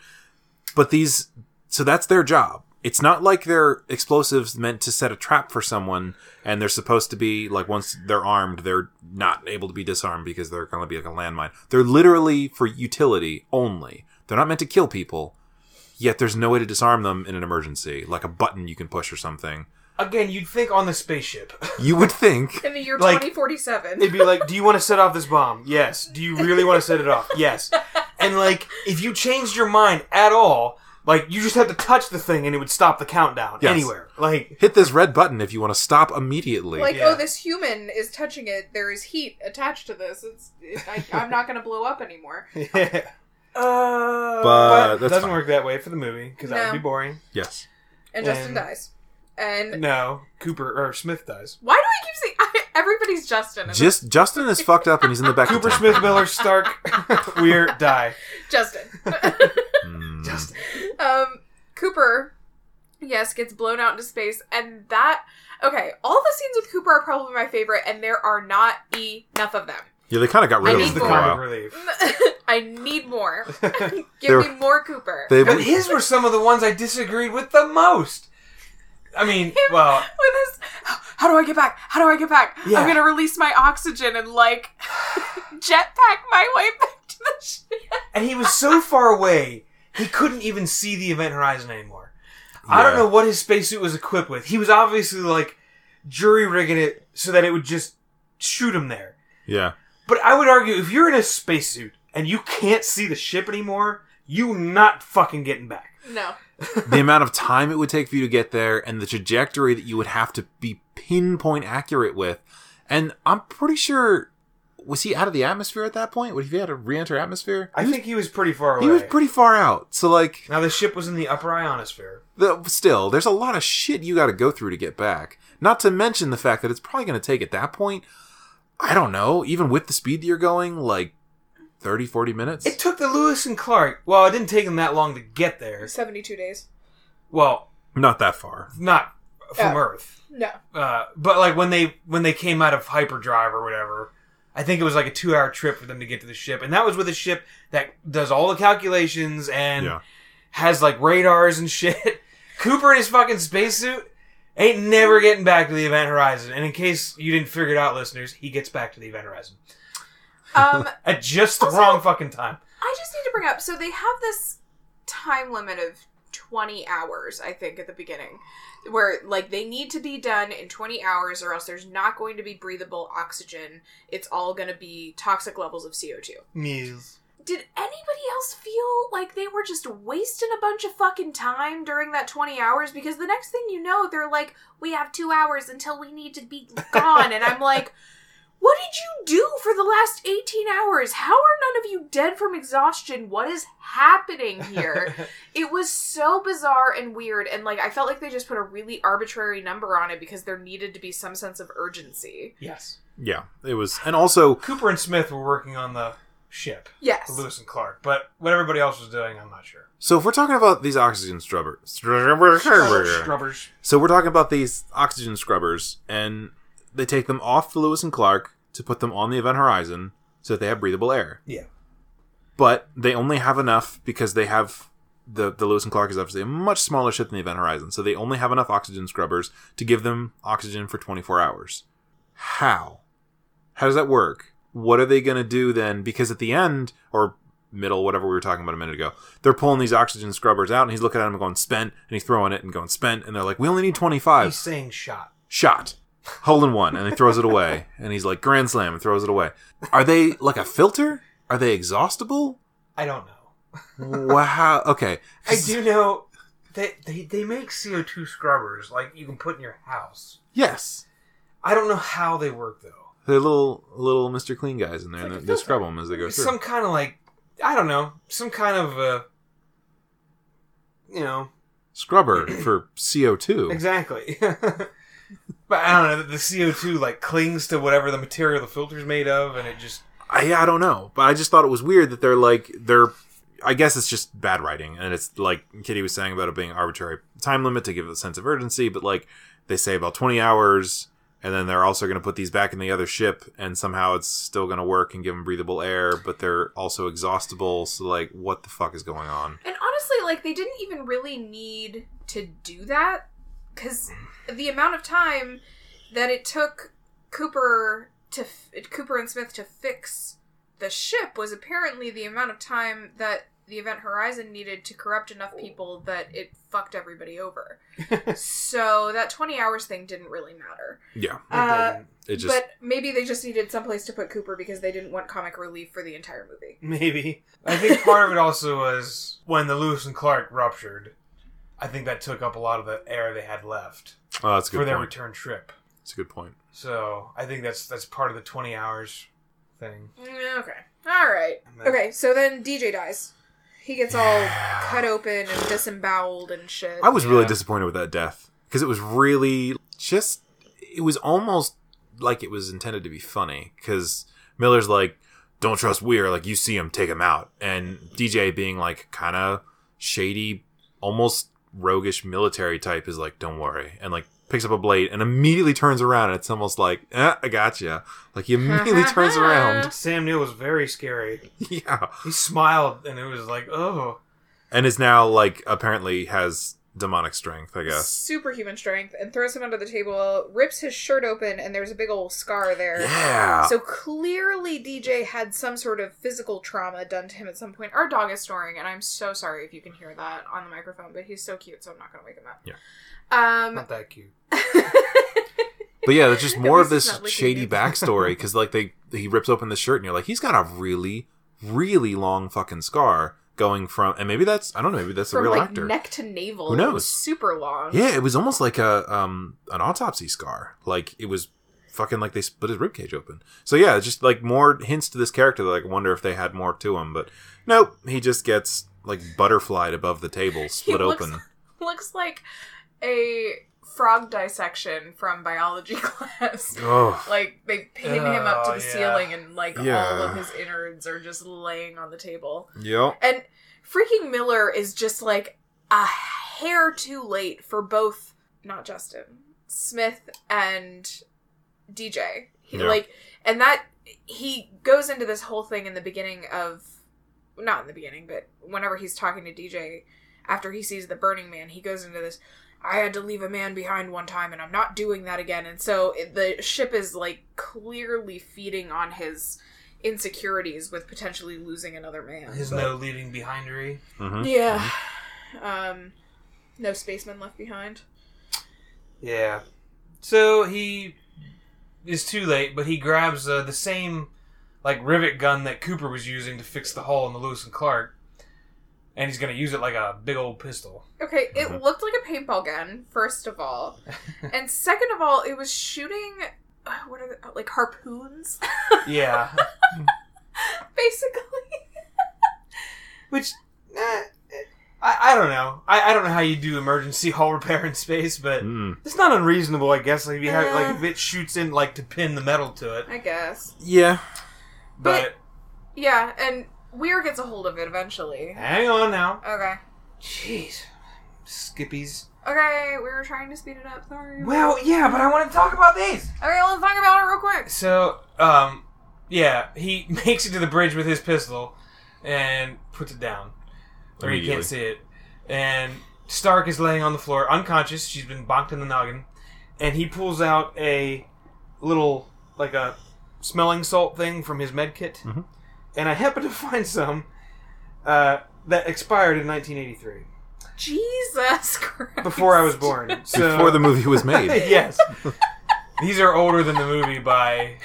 F: But these so that's their job. It's not like they're explosives meant to set a trap for someone and they're supposed to be like once they're armed, they're not able to be disarmed because they're gonna be like a landmine. They're literally for utility only. They're not meant to kill people. Yet there's no way to disarm them in an emergency, like a button you can push or something.
G: Again, you'd think on the spaceship.
F: You would think,
D: In the year
G: Like-
D: 2047.
G: It'd be like, do you want to set off this bomb? Yes. Do you really want to set it off? Yes. And like, if you changed your mind at all, like you just had to touch the thing and it would stop the countdown
F: Yes.
G: anywhere. Like,
F: hit this red button if you want to stop immediately.
D: like,
G: Yeah.
D: oh, this human is touching it. There is heat attached to this. It's, it, I, I'm not going to blow up anymore.
G: uh,
F: But that's
G: doesn't
F: fine.
G: work that way for the movie because that
D: No.
G: would be boring.
F: yes.
D: And Justin
G: And-
D: dies. And
G: No, Cooper or Smith dies.
D: why do I keep saying I, everybody's Justin? And
F: Just Justin is fucked up and he's in the back. of
G: Cooper,
F: town.
G: Smith, Miller, Stark, Weir die.
D: Justin.
F: Mm.
G: Justin.
D: um, Cooper, yes, gets blown out into space, and that okay. All the scenes with Cooper are probably my favorite, and there are not enough of them.
F: Yeah, they kind of got rid
D: I
F: of
D: need
F: him
G: He's
F: for
G: the
F: a
D: more.
G: comic
F: while.
G: relief.
D: I need more. Give
F: There-
D: me more Cooper.
F: They,
G: But his were some of the ones I disagreed with the most. I mean, well,
D: With his, how do I get back? How do I get back?
G: Yeah.
D: I'm gonna release my oxygen and like jetpack my way back to the ship.
G: and he was so far away, he couldn't even see the event horizon anymore. I
F: Yeah.
G: don't know what his spacesuit was equipped with. He was obviously like jury rigging it so that it would just shoot him there.
F: yeah,
G: But I would argue if you're in a spacesuit and you can't see the ship anymore, you not fucking getting back.
D: No,
F: the amount of time it would take for you to get there and the trajectory that you would have to be pinpoint accurate with, and I'm pretty sure was he out of the atmosphere at that point? Would he have had to re-enter atmosphere?
G: I think he was pretty far away.
F: He was pretty far out. So like,
G: Now the ship was in the upper ionosphere.
F: the, still, there's a lot of shit you got to go through to get back. Not to mention the fact that it's probably going to take at that point, I don't know, even with the speed that you're going, like 30, 40 minutes.
G: It took the Lewis and Clark. Well, it didn't take them that long to get there.
D: seventy-two days.
G: Well,
F: Not that far.
G: not from
D: Oh.
G: Earth.
D: No,
G: Uh, but like when they when they came out of hyperdrive or whatever, I think it was like a two hour trip for them to get to the ship, and that was with a ship that does all the calculations and
F: Yeah.
G: has like radars and shit. Cooper in his fucking spacesuit ain't never getting back to the event horizon. And in case you didn't figure it out, listeners, he gets back to the event horizon
D: um,
G: at just the
D: Also-
G: wrong fucking time.
D: I just need to bring up so they have this time limit of 20 hours, I think, at the beginning, where like they need to be done in 20 hours or else there's not going to be breathable oxygen. It's all going to be toxic levels of CO2.
G: Meals.
D: Did anybody else feel like they were just wasting a bunch of fucking time during that 20 hours? Because the next thing you know, they're like, we have two hours until we need to be gone. and I'm like, what did you do for the last 18 hours? How are none of you dead from exhaustion? What is happening here? it was so bizarre and weird. And like, I felt like they just put a really arbitrary number on it because there needed to be some sense of urgency.
G: Yes.
F: Yeah, it was. And also,
G: Cooper and Smith were working on the ship,
D: Yes.
G: the Lewis and Clark, but what everybody else was doing, I'm not sure.
F: so if we're talking about these oxygen scrubber,
G: Scrubbers.
F: so we're talking about these oxygen scrubbers, and they take them off the Lewis and Clark to put them on the event horizon so that they have breathable air.
G: Yeah.
F: but they only have enough because they have the the Lewis and Clark is obviously a much smaller ship than the Event Horizon, so they only have enough oxygen scrubbers to give them oxygen for 24 hours. How? How does that work? What are they going to do then? Because at the end or middle, whatever we were talking about a minute ago, they're pulling these oxygen scrubbers out, and he's looking at them going spent, and he's throwing it and going spent, and they're like, we only need 25
G: He's saying shot.
F: shot hole in one and he throws it away and he's like grand slam and throws it away are they like a filter are they exhaustible
G: I don't know.
F: wow okay
G: I do know that they, they make CO2 scrubbers like you can put in your house.
F: yes
G: I don't know how they work though.
F: they're little little mr clean guys in there and
G: It's like a
F: they, they scrub
G: filter.
F: them as they go
G: It's
F: through
G: some kind of like I don't know, some kind of uh you know,
F: scrubber for co2
G: exactly. but I don't know, the CO2 like clings to whatever the material the filter's made of and it just
F: I, yeah, I don't know, but I just thought it was weird that they're like they're. I guess it's just bad writing, and it's like Kitty was saying about it being arbitrary time limit to give it a sense of urgency, but like they say about twenty hours, and then they're also going to put these back in the other ship, and somehow it's still going to work and give them breathable air, but they're also exhaustible. So like, what the fuck is going on?
D: And honestly, like they didn't even really need to do that because the amount of time that it took Cooper to f- Cooper and Smith to fix the ship was apparently the amount of time that the Event Horizon needed to corrupt enough people that it fucked everybody over. so that twenty hours thing didn't really matter.
F: Yeah,
D: Uh,
F: it just
D: but maybe they just needed someplace to put Cooper because they didn't want comic relief for the entire movie.
G: Maybe. I think part of it also was when the Lewis and Clark ruptured. I think that took up a lot of the air they had left
F: oh, that's a
G: for
F: good
G: their
F: point.
G: return trip.
F: That's a good point.
G: So I think that's that's part of the twenty hours thing.
D: Mm, Okay. All right.
G: And then-
D: Okay, so then DJ dies. He gets all cut open and disemboweled and shit.
F: I was really
G: Yeah.
F: disappointed with that death because it was really just it was almost like it was intended to be funny because Miller's like, "Don't trust Weir," like you see him take him out, and DJ being like kind of shady, almost roguish military type is like, "Don't worry," and like picks up a blade and immediately turns around. And it's almost like, eh, "I gotcha," like he immediately turns around.
G: Sam Neill was very scary.
F: Yeah,
G: He smiled and it was like, oh,
F: and is now like apparently has demonic strength. I guess.
D: Superhuman strength and throws him under the table, rips his shirt open, and there's a big old scar there.
F: Yeah.
D: So clearly, DJ had some sort of physical trauma done to him at some point. Our dog is snoring, and I'm so sorry if you can hear that on the microphone, but he's so cute, so I'm not going to wake him up.
F: Yeah.
D: Um,
G: not that cute.
F: But yeah, there's just
D: At
F: more of
D: least it's
F: this
D: not licking
F: shady
D: it.
F: backstory because like they he rips open the shirt and you're like he's got a really really long fucking scar going from and maybe that's I don't know maybe that's a
D: from
F: real
D: like
F: actor.
D: neck to navel.
F: Who
D: it was
F: knows?
D: super long.
F: yeah, it was almost like a um an autopsy scar. Like it was fucking like they split his ribcage open. So yeah, it's just like more hints to this character. That, like wonder if they had more to him, but nope. He just gets like butterflied above the table, split
D: looks-
F: open.
D: Looks like a frog dissection from biology class.
F: Oh,
D: Like they pinned him up to
G: Oh,
D: the
G: yeah.
D: ceiling and like all
F: Yeah.
D: of his innards are just laying on the table.
F: yep.
D: And freaking Miller is just like a hair too late for both not Justin, Smith and DJ. He,
F: Yeah.
D: Like and that he goes into this whole thing in the beginning of not in the beginning, but whenever he's talking to DJ after he sees the burning man, he goes into this I had to leave a man behind one time and I'm not doing that again. And so it, the ship is like clearly feeding on his insecurities with potentially losing another man.
G: His
D: but-
G: no leaving behindery.
F: hmm
D: Yeah. Um no spaceman left behind.
G: Yeah. So he is too late, but he grabs uh, the same like rivet gun that Cooper was using to fix the hull in the Lewis and Clark, and he's gonna use it like a big old pistol.
D: Okay, it
G: Uh-huh.
F: Mhm.
D: looked like a paintball gun, first of all. and second of all, it was shooting uh, what are the like harpoons
G: Yeah.
D: basically.
G: Which, eh, eh, I, I don't know. I, I don't know how you do emergency hull repair in space, but
F: Mm.
G: it's not unreasonable, I guess. Like if you have, like
D: Uh.
G: if it shoots in, like to pin the metal to it.
D: I guess.
F: Yeah.
G: But
D: Yeah, and Weir gets a hold of it eventually.
G: hang on now.
D: Okay.
G: Jeez, Skippies.
D: Okay, we were trying to speed it up. Sorry.
G: Well, yeah, but I want to talk about these.
D: Okay, let's talk about it real quick.
G: So, um, yeah, he makes it to the bridge with his pistol and puts it down where you
F: Immediately.
G: can't see it. and Stark is laying on the floor, unconscious. She's been bonked in the noggin, and he pulls out a little like a smelling salt thing from his med kit,
F: Mhm.
G: and I happen to find some uh, that expired in 1983
D: Jesus Christ.
G: before I was born. So,
F: Before the movie was made.
G: yes, these are older than the movie by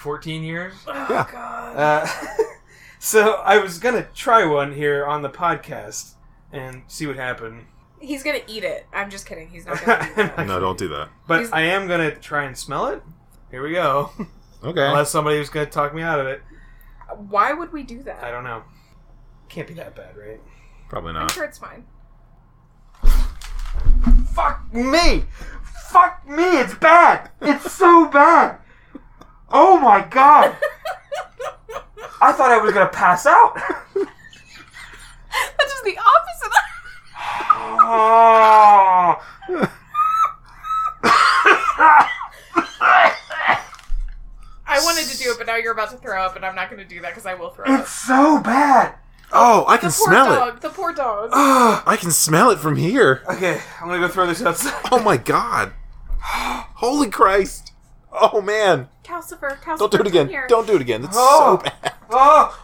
G: 14 years.
F: Yeah.
D: Oh, God.
G: Uh, so I was gonna try one here on the podcast and see what happened,
D: He's gonna eat it. I'm just kidding. He's not gonna eat it.
F: No, don't do that.
G: but
D: He's-
G: I am gonna try and smell it. Here we go.
F: Okay.
G: Unless somebody was gonna talk me out of it,
D: Why would we do that?
G: I don't know. Can't be that bad, right?
F: Probably
D: I'm
F: not.
D: sure it's fine.
G: Fuck me! Fuck me! It's bad! It's so bad! Oh my god! I thought I was gonna pass out!
D: That's just the opposite.
G: Oh.
L: I wanted to do it, but now you're about to throw up, and I'm not going to do that because I will throw up.
G: so bad!
F: Oh, I can
L: The poor
F: smell it. Ah.
L: dog. The poor dog.
G: Ugh.
F: I can smell it from here.
G: okay, I'm gonna go throw this outside.
F: Oh my god. Holy Christ. Oh man.
D: Calcifer, calcifer.
F: Don't do it
D: come
F: again.
D: Here.
F: Don't do it again. That's
G: Oh.
F: so bad.
G: Oh!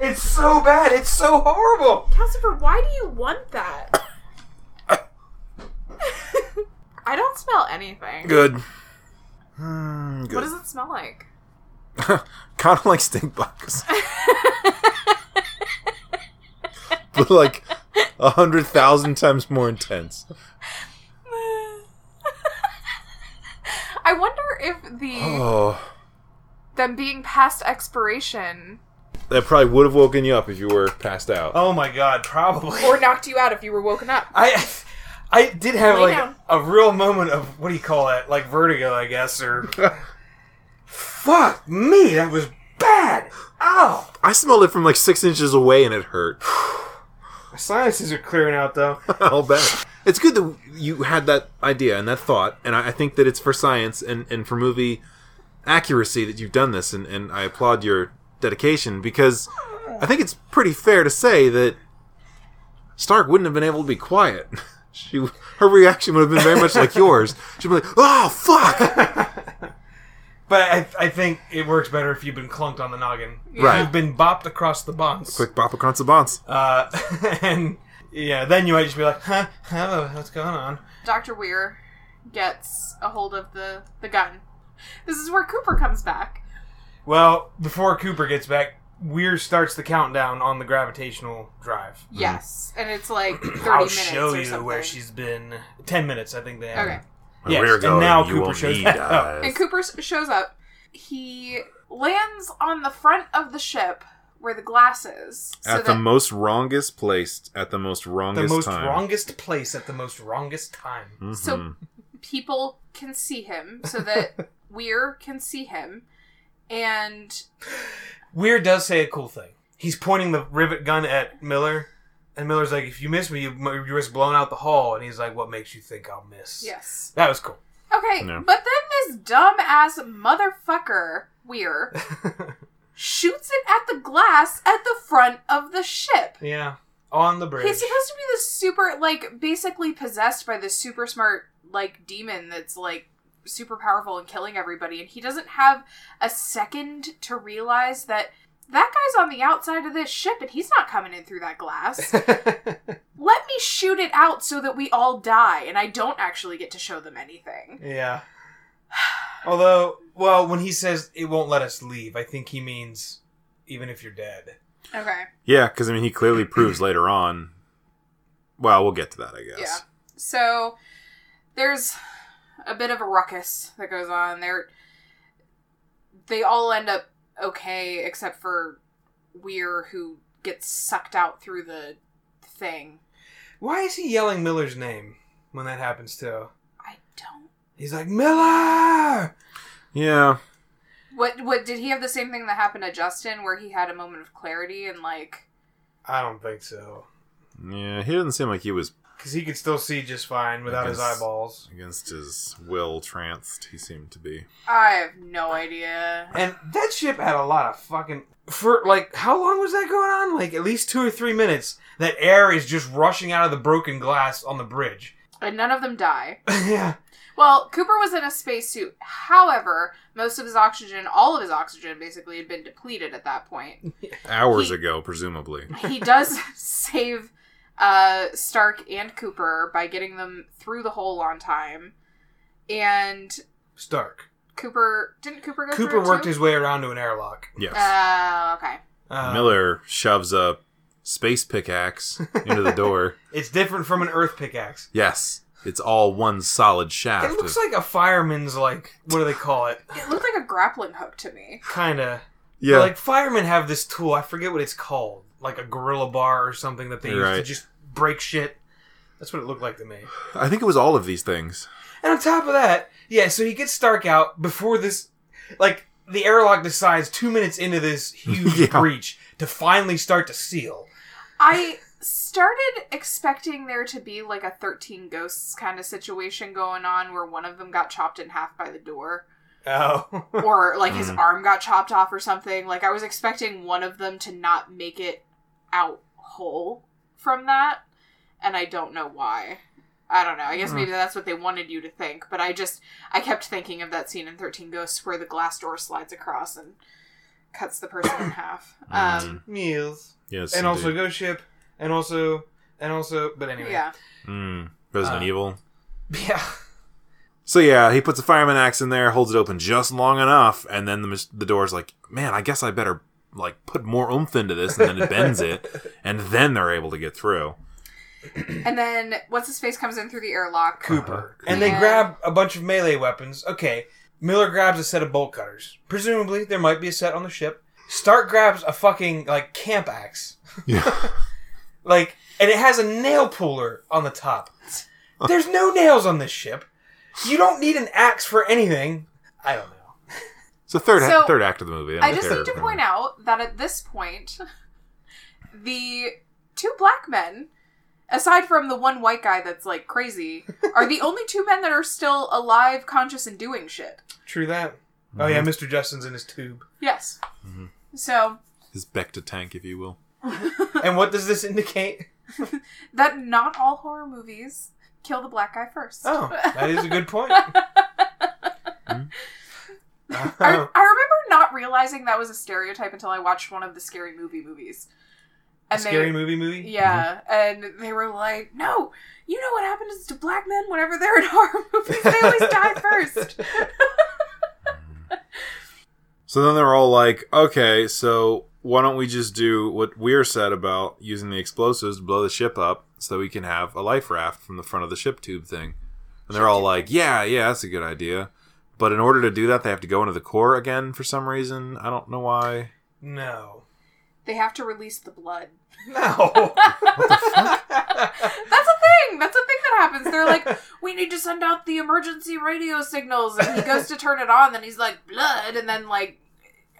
G: It's so bad! It's so horrible!
D: Calcifer, why do you want that? I don't smell anything.
F: Good. Hmm,
D: What
F: good.
D: does it smell like?
F: kind of like stink bugs. but like a hundred thousand times more intense.
D: I wonder if the
F: Oh.
D: them being past expiration
F: That probably would have woken you up if you were passed out.
G: Oh my god, probably.
D: or knocked you out if you were woken up.
G: I I did have
D: Lay
G: like
D: down.
G: a real moment of what do you call that? Like vertigo, I guess, or Fuck me, that was bad. Oh, Ow.
F: I smelled it from like six inches away and it hurt.
G: My sinuses are clearing out though.
F: I'll bet. It's good that you had that idea and that thought, and I, I think that it's for science and, and for movie accuracy that you've done this, and, and I applaud your dedication because I think it's pretty fair to say that Stark wouldn't have been able to be quiet. She, her reaction would have been very much like yours. She'd be like, "Oh fuck!"
G: But I, I think it works better if you've been clunked on the noggin.
F: Right.
G: You've been bopped across the bonds.
F: Quick bop across the bonds.
G: Uh, and yeah, then you might just be like, huh, hello, what's going on?
D: Dr. Weir gets a hold of the, the gun. This is where Cooper comes back.
G: Well, before Cooper gets back, Weir starts the countdown on the gravitational drive.
F: Hmm.
D: Yes. And it's like 30
G: I'll
D: minutes.
G: show
D: or
G: you
D: something.
G: where she's been. Ten minutes, I think they have.
D: Okay.
G: Yes, and now Cooper shows up.
D: And Cooper s- shows up. He lands on the front of the ship where the glass is. So
F: at the
D: that
F: most wrongest place, at the most
G: the
F: wrongest
G: most
F: time.
G: wrongest place at the most wrongest time.
F: Mhm.
D: So- people can see him, so that Weir can see him. And
G: Weird does say a cool thing. He's pointing the rivet gun at Miller, and Miller's like, "If you miss me, you, you risk blowing out the hull." And he's like, "What makes you think I'll miss?"
D: yes.
G: that was cool.
D: Okay,
F: No.
D: but then this dumbass motherfucker, Weir, shoots it at the glass at the front of the ship.
G: Yeah, on the bridge.
D: He's supposed to be this super, like, basically possessed by this super smart, like, demon that's, like, super powerful and killing everybody, and he doesn't have a second to realize that that guy's on the outside of this ship and he's not coming in through that glass. Let me shoot it out so that we all die and I don't actually get to show them anything.
G: yeah. Although, well, when he says it won't let us leave, I think he means even if you're dead.
D: Okay.
F: Yeah, because I mean, he clearly proves later on. Well, we'll get to that, I guess.
D: So there's a bit of a ruckus that goes on. They're they all end up okay, except for Weir, who gets sucked out through the thing.
G: Why is he yelling Miller's name when that happens too?
D: I don't.
G: He's like Miller.
F: Yeah.
D: What? What did he have the same thing that happened to Justin, where he had a moment of clarity and like
G: I don't think so.
F: Yeah, he doesn't seem like he was
G: Because he could still see just fine without his
F: guess-
G: eyeballs.
F: against his will tranced. He seemed to be.
D: I have no idea.
G: And that ship had a lot of fucking. For, like, how long was that going on? Like, at least two or three minutes. That air is just rushing out of the broken glass on the bridge.
D: And none of them die.
G: yeah.
D: Well, Cooper was in a spacesuit. However, most of his oxygen, all of his oxygen basically, had been depleted at that point.
F: Hours
D: He-
F: ago, presumably.
D: He does save uh, Stark and Cooper by getting them through the hole on time. And
G: Stark.
D: Cooper. Didn't Cooper go
G: Cooper
D: through it
G: worked
D: too?
G: his way around to an airlock.
F: Yes.
D: Uh, okay.
G: Uh,
F: Miller shoves a space pickaxe into the door.
G: It's different from an earth pickaxe.
F: Yes, it's all one solid shaft.
G: It looks
F: of-
G: like a fireman's like what do they call it?
D: It looked like a grappling hook to me.
G: Kinda.
F: yeah,
G: Like firemen have this tool. I forget what it's called. Like a gorilla bar or something that they use to
F: Right.
G: just break shit. That's what it looked like to me.
F: I think it was all of these things.
G: And on top of that, yeah. So he gets Stark out before this. Like the airlock decides two minutes into this huge
F: Yeah.
G: breach to finally start to seal.
D: I started expecting there to be like a 13 ghosts kind of situation going on where one of them got chopped in half by the door.
G: Oh,
D: or like his arm got chopped off or something. Like I was expecting one of them to not make it out whole from that, and I don't know why. I don't know. I guess maybe that's what they wanted you to think, but I just I kept thinking of that scene in Thirteen Ghosts where the glass door slides across and cuts the person in half. Um,
G: meals
F: Yes,
G: and also
F: indeed.
G: Ghost Ship and also and also. But anyway,
D: Yeah,
F: Mm, Resident
G: Uh,
F: Evil.
G: yeah.
F: So yeah, he puts a fireman axe in there, holds it open just long enough, and then the mis- the door's like, man, I guess I better like put more oomph into this, and then it bends it, and then they're able to get through.
D: and then once his face comes in through the airlock,
G: Cooper. And they
D: Yeah.
G: grab a bunch of melee weapons. Okay. Miller grabs a set of bolt cutters. Presumably, there might be a set on the ship. Stark grabs a fucking, like, camp axe.
F: Yeah,
G: Like, and it has a nail puller on the top. There's no nails on this ship. You don't need an axe for anything. I don't know.
F: it's the third
D: So,
F: third act of the movie.
D: I just need to point out that at this point, the two black men, aside from the one white guy that's like crazy, are the only two men that are still alive, conscious, and doing shit.
G: True that. Oh, yeah, Mr. Justin's in his tube.
D: Yes. So
F: his Becta tank, if you will.
G: And what does this indicate?
D: that not all horror movies kill the black guy first.
G: Oh, that is a good point. Hmm?
D: I, I remember not realizing that was a stereotype until I watched one of the scary movie movies. And
G: Scary
D: they,
G: movie
F: Mm-hmm.
G: movie?
D: Yeah, and they were like, "No, you know what happens to black men whenever they're in horror movies? They always die first.
F: So then they're all like, okay, so why don't we just do what Weir said about using the explosives to blow the ship up so that we can have a life raft from the front of the ship tube thing? And they're all like, yeah, yeah, that's a good idea. But in order to do that, they have to go into the core again for some reason. I don't know why.
G: No.
D: They have to release the blood.
G: No.
D: That's a thing. That's a thing that happens. They're like, we need to send out the emergency radio signals, and he goes to turn it on, and he's like, blood, and then like,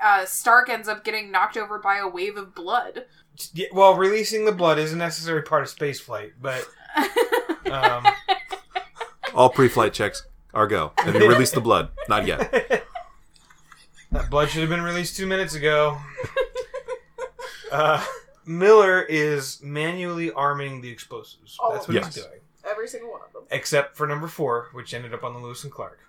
D: uh, Stark ends up getting knocked over by a wave of blood.
G: Yeah, well, releasing the blood is a necessary part of spaceflight, but um,
F: All pre flight checks are go. Have you released the blood? Not yet.
G: that blood should have been released two minutes ago. Uh, Miller is manually arming the explosives.
M: All
G: That's
M: of
G: what
F: them.
G: he's
F: Yes.
G: doing,
M: Every single one of them.
G: except for number four, which ended up on the Lewis and Clark.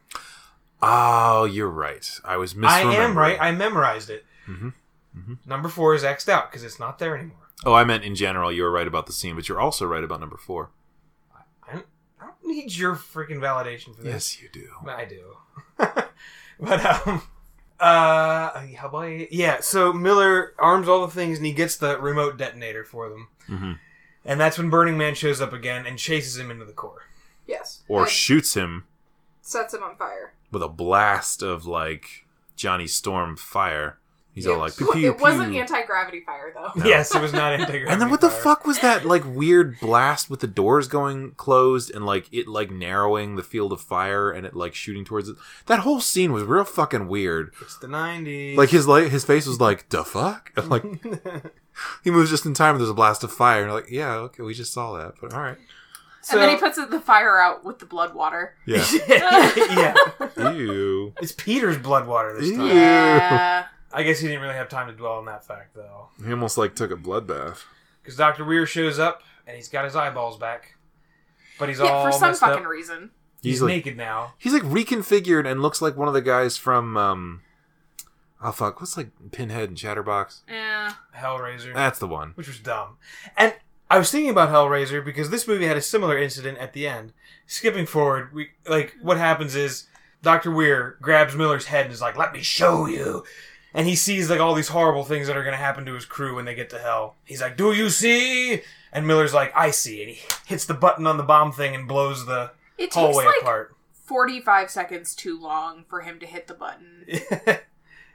F: Oh, you're right. I was misremembering.
G: I am right. I memorized it.
F: Mhm. Mhm.
G: Number four is xed out because it's not there anymore.
F: oh, I meant in general, you were right about the scene, but you're also right about number four.
G: I don't need your freaking validation for this.
F: Yes, you do.
G: I do. but um uh how about I- yeah, so Miller arms all the things and he gets the remote detonator for them.
F: Mhm.
G: And that's when Burning Man shows up again and chases him into the core.
M: Yes.
F: Or
M: And
F: shoots him
M: sets him on fire.
F: with a blast of like Johnny Storm fire. He's all like, pew,
N: Well,
F: pew,
N: it wasn't
F: pew.
N: anti gravity fire though.
F: No.
G: Yes, it was not anti
F: And then what the fuck was that like weird blast with the doors going closed and like it like narrowing the field of fire and it like shooting towards it? That whole scene was real fucking weird.
G: It's the nineties.
F: Like his like his face was like the fuck. And, like he moves just in time. and There's a blast of fire. And you're like yeah, okay, we just saw that, but all right,
G: so,
D: and then he puts the fire out with the blood water.
F: yeah.
G: yeah,
F: Ew.
G: it's Peter's blood water this time.
F: Ew.
D: Yeah.
G: I guess he didn't really have time to dwell on that fact though,
F: He almost like took a bloodbath.
G: because Doctor Weir shows up and he's got his eyeballs back, but he's all
D: yeah, for some
G: messed
D: fucking
G: up.
D: reason.
G: He's,
F: He's like-
G: naked now.
F: He's like reconfigured and looks like one of the guys from um, oh fuck, what's like Pinhead and Chatterbox?
D: Yeah.
G: Hellraiser.
F: That's the one.
G: which was dumb. And I was thinking about Hellraiser because this movie had a similar incident at the end. Skipping forward, we like what happens is Doctor Weir grabs Miller's head and is like, "Let me show you." And he sees like all these horrible things that are going to happen to his crew when they get to hell. He's like, "Do you see?" And Miller's like, "I see." And he hits the button on the bomb thing and blows the
D: It takes
G: hallway
D: like
G: apart.
D: 45 seconds too long for him to hit the button.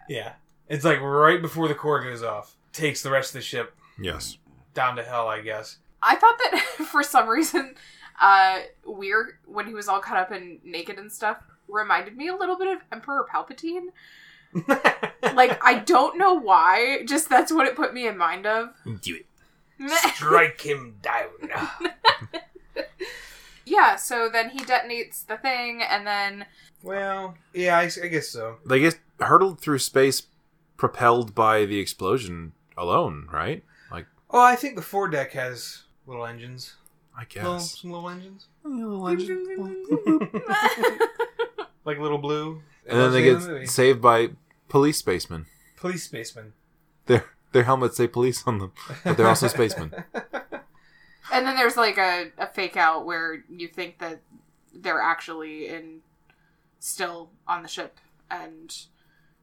G: yeah, it's like right before the core goes off. Takes the rest of the ship
F: Yes.
G: down to hell, I guess.
D: I thought that for some reason, uh, Weir, when he was all cut up and naked and stuff, reminded me a little bit of Emperor Palpatine. Like, I don't know why, just that's what it put me in mind of.
F: Do it.
G: Strike him down.
D: yeah, so then he detonates the thing, and then
G: Well, yeah, I, s- I guess so.
F: They get hurtled through space, propelled by the explosion alone, right? Like
G: Oh, I think the four deck has little engines.
F: I
G: Little,
F: guess.
G: some little engines.
F: and
G: like little blue.
F: then
G: Mostly
F: they
G: in the movie.
F: get saved by police spacemen.
G: police spacemen.
F: Their their helmets say police on them, but they're also spacemen.
D: and then there's like a, a fake out where you think that they're actually in still on the ship, and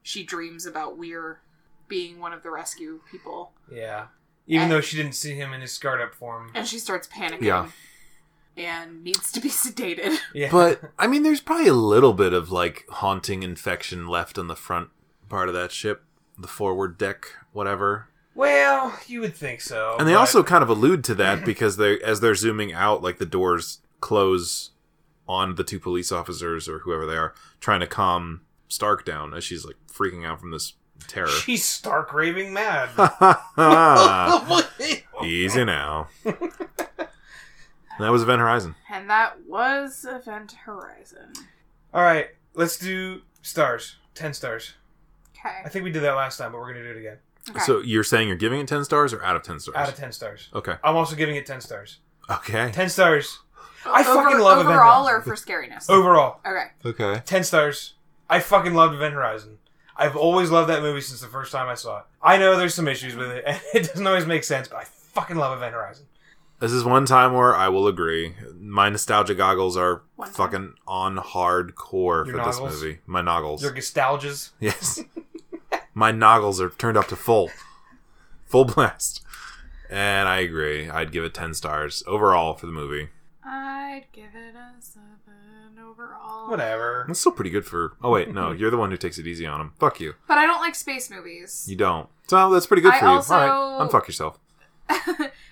D: she dreams about Weir being one of the rescue people.
G: Yeah. Even though she didn't see him in his scarred up form.
D: and she starts panicking.
F: Yeah.
D: And needs to be sedated.
G: Yeah.
F: But I mean, there's probably a little bit of like haunting infection left on the front part of that ship, the forward deck, whatever.
G: well, you would think so.
F: and they
G: but-
F: also kind of allude to that because they as they're zooming out like the doors close on the two police officers or whoever they are trying to calm stark down as she's like freaking out from this terror
G: She's stark raving mad.
F: Ah. easy now that was event horizon
D: And that was Event Horizon.
G: All right, let's do stars. Ten stars. I
D: Okay.
G: think we did that last time, but we're gonna do it again.
D: okay.
F: so you're saying you're giving it 10 stars or out of 10 stars
G: Out of ten stars.
F: okay
G: I'm also giving it ten stars.
F: okay
G: Ten stars. I
D: Over-
G: fucking love Event
D: overall
G: Horizon. Oh.
D: or for scariness.
G: Overall,
D: Okay.
F: okay
G: 10 stars. I fucking loved Event Horizon. I've always loved that movie since the first time I saw it. I know there's some issues with it, and it doesn't always make sense, but I fucking love Event Horizon.
F: This is one time where I will agree. My nostalgia goggles are
D: One time.
F: fucking on
G: Your
F: hardcore for this
G: noggles?
F: movie. My noggles.
G: Your nostalgias.
F: Yes. My noggles are turned up to full. Full blast. And I agree. I'd give it 10 stars overall for the movie.
D: I'd give it a seven overall.
G: Whatever.
F: That's still pretty good for. Oh, wait, no. You're the one who takes it easy on him. Fuck you.
D: But I don't like space movies.
F: You don't. So that's pretty good
D: I
F: for you.
D: also-
F: All right. Unfuck yourself.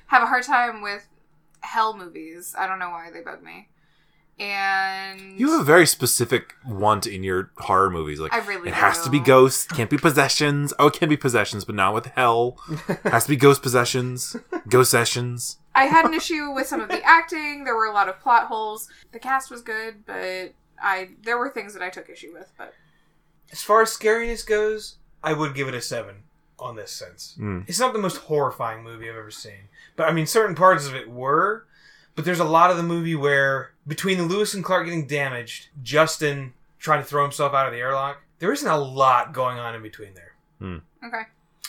D: Have a hard time with hell movies. I don't know why they bug me. And
F: You have a very specific want in your horror movies. Like,
D: I really
F: it has
D: do.
F: to be ghosts. Can't be possessions. Oh, it can be possessions, but not with hell. has to be ghost possessions. Ghost sessions.
D: I had an issue with some of the acting. There were a lot of plot holes. The cast was good, but I there were things that I took issue with. But
G: As far as scariness goes, I would give it a 7 on this sense.
F: Mm.
G: It's not the most horrifying movie I've ever seen. But I mean, certain parts of it were, but there's a lot of the movie where, between the Lewis and Clark getting damaged, Justin trying to throw himself out of the airlock, there isn't a lot going on in between there.
D: okay,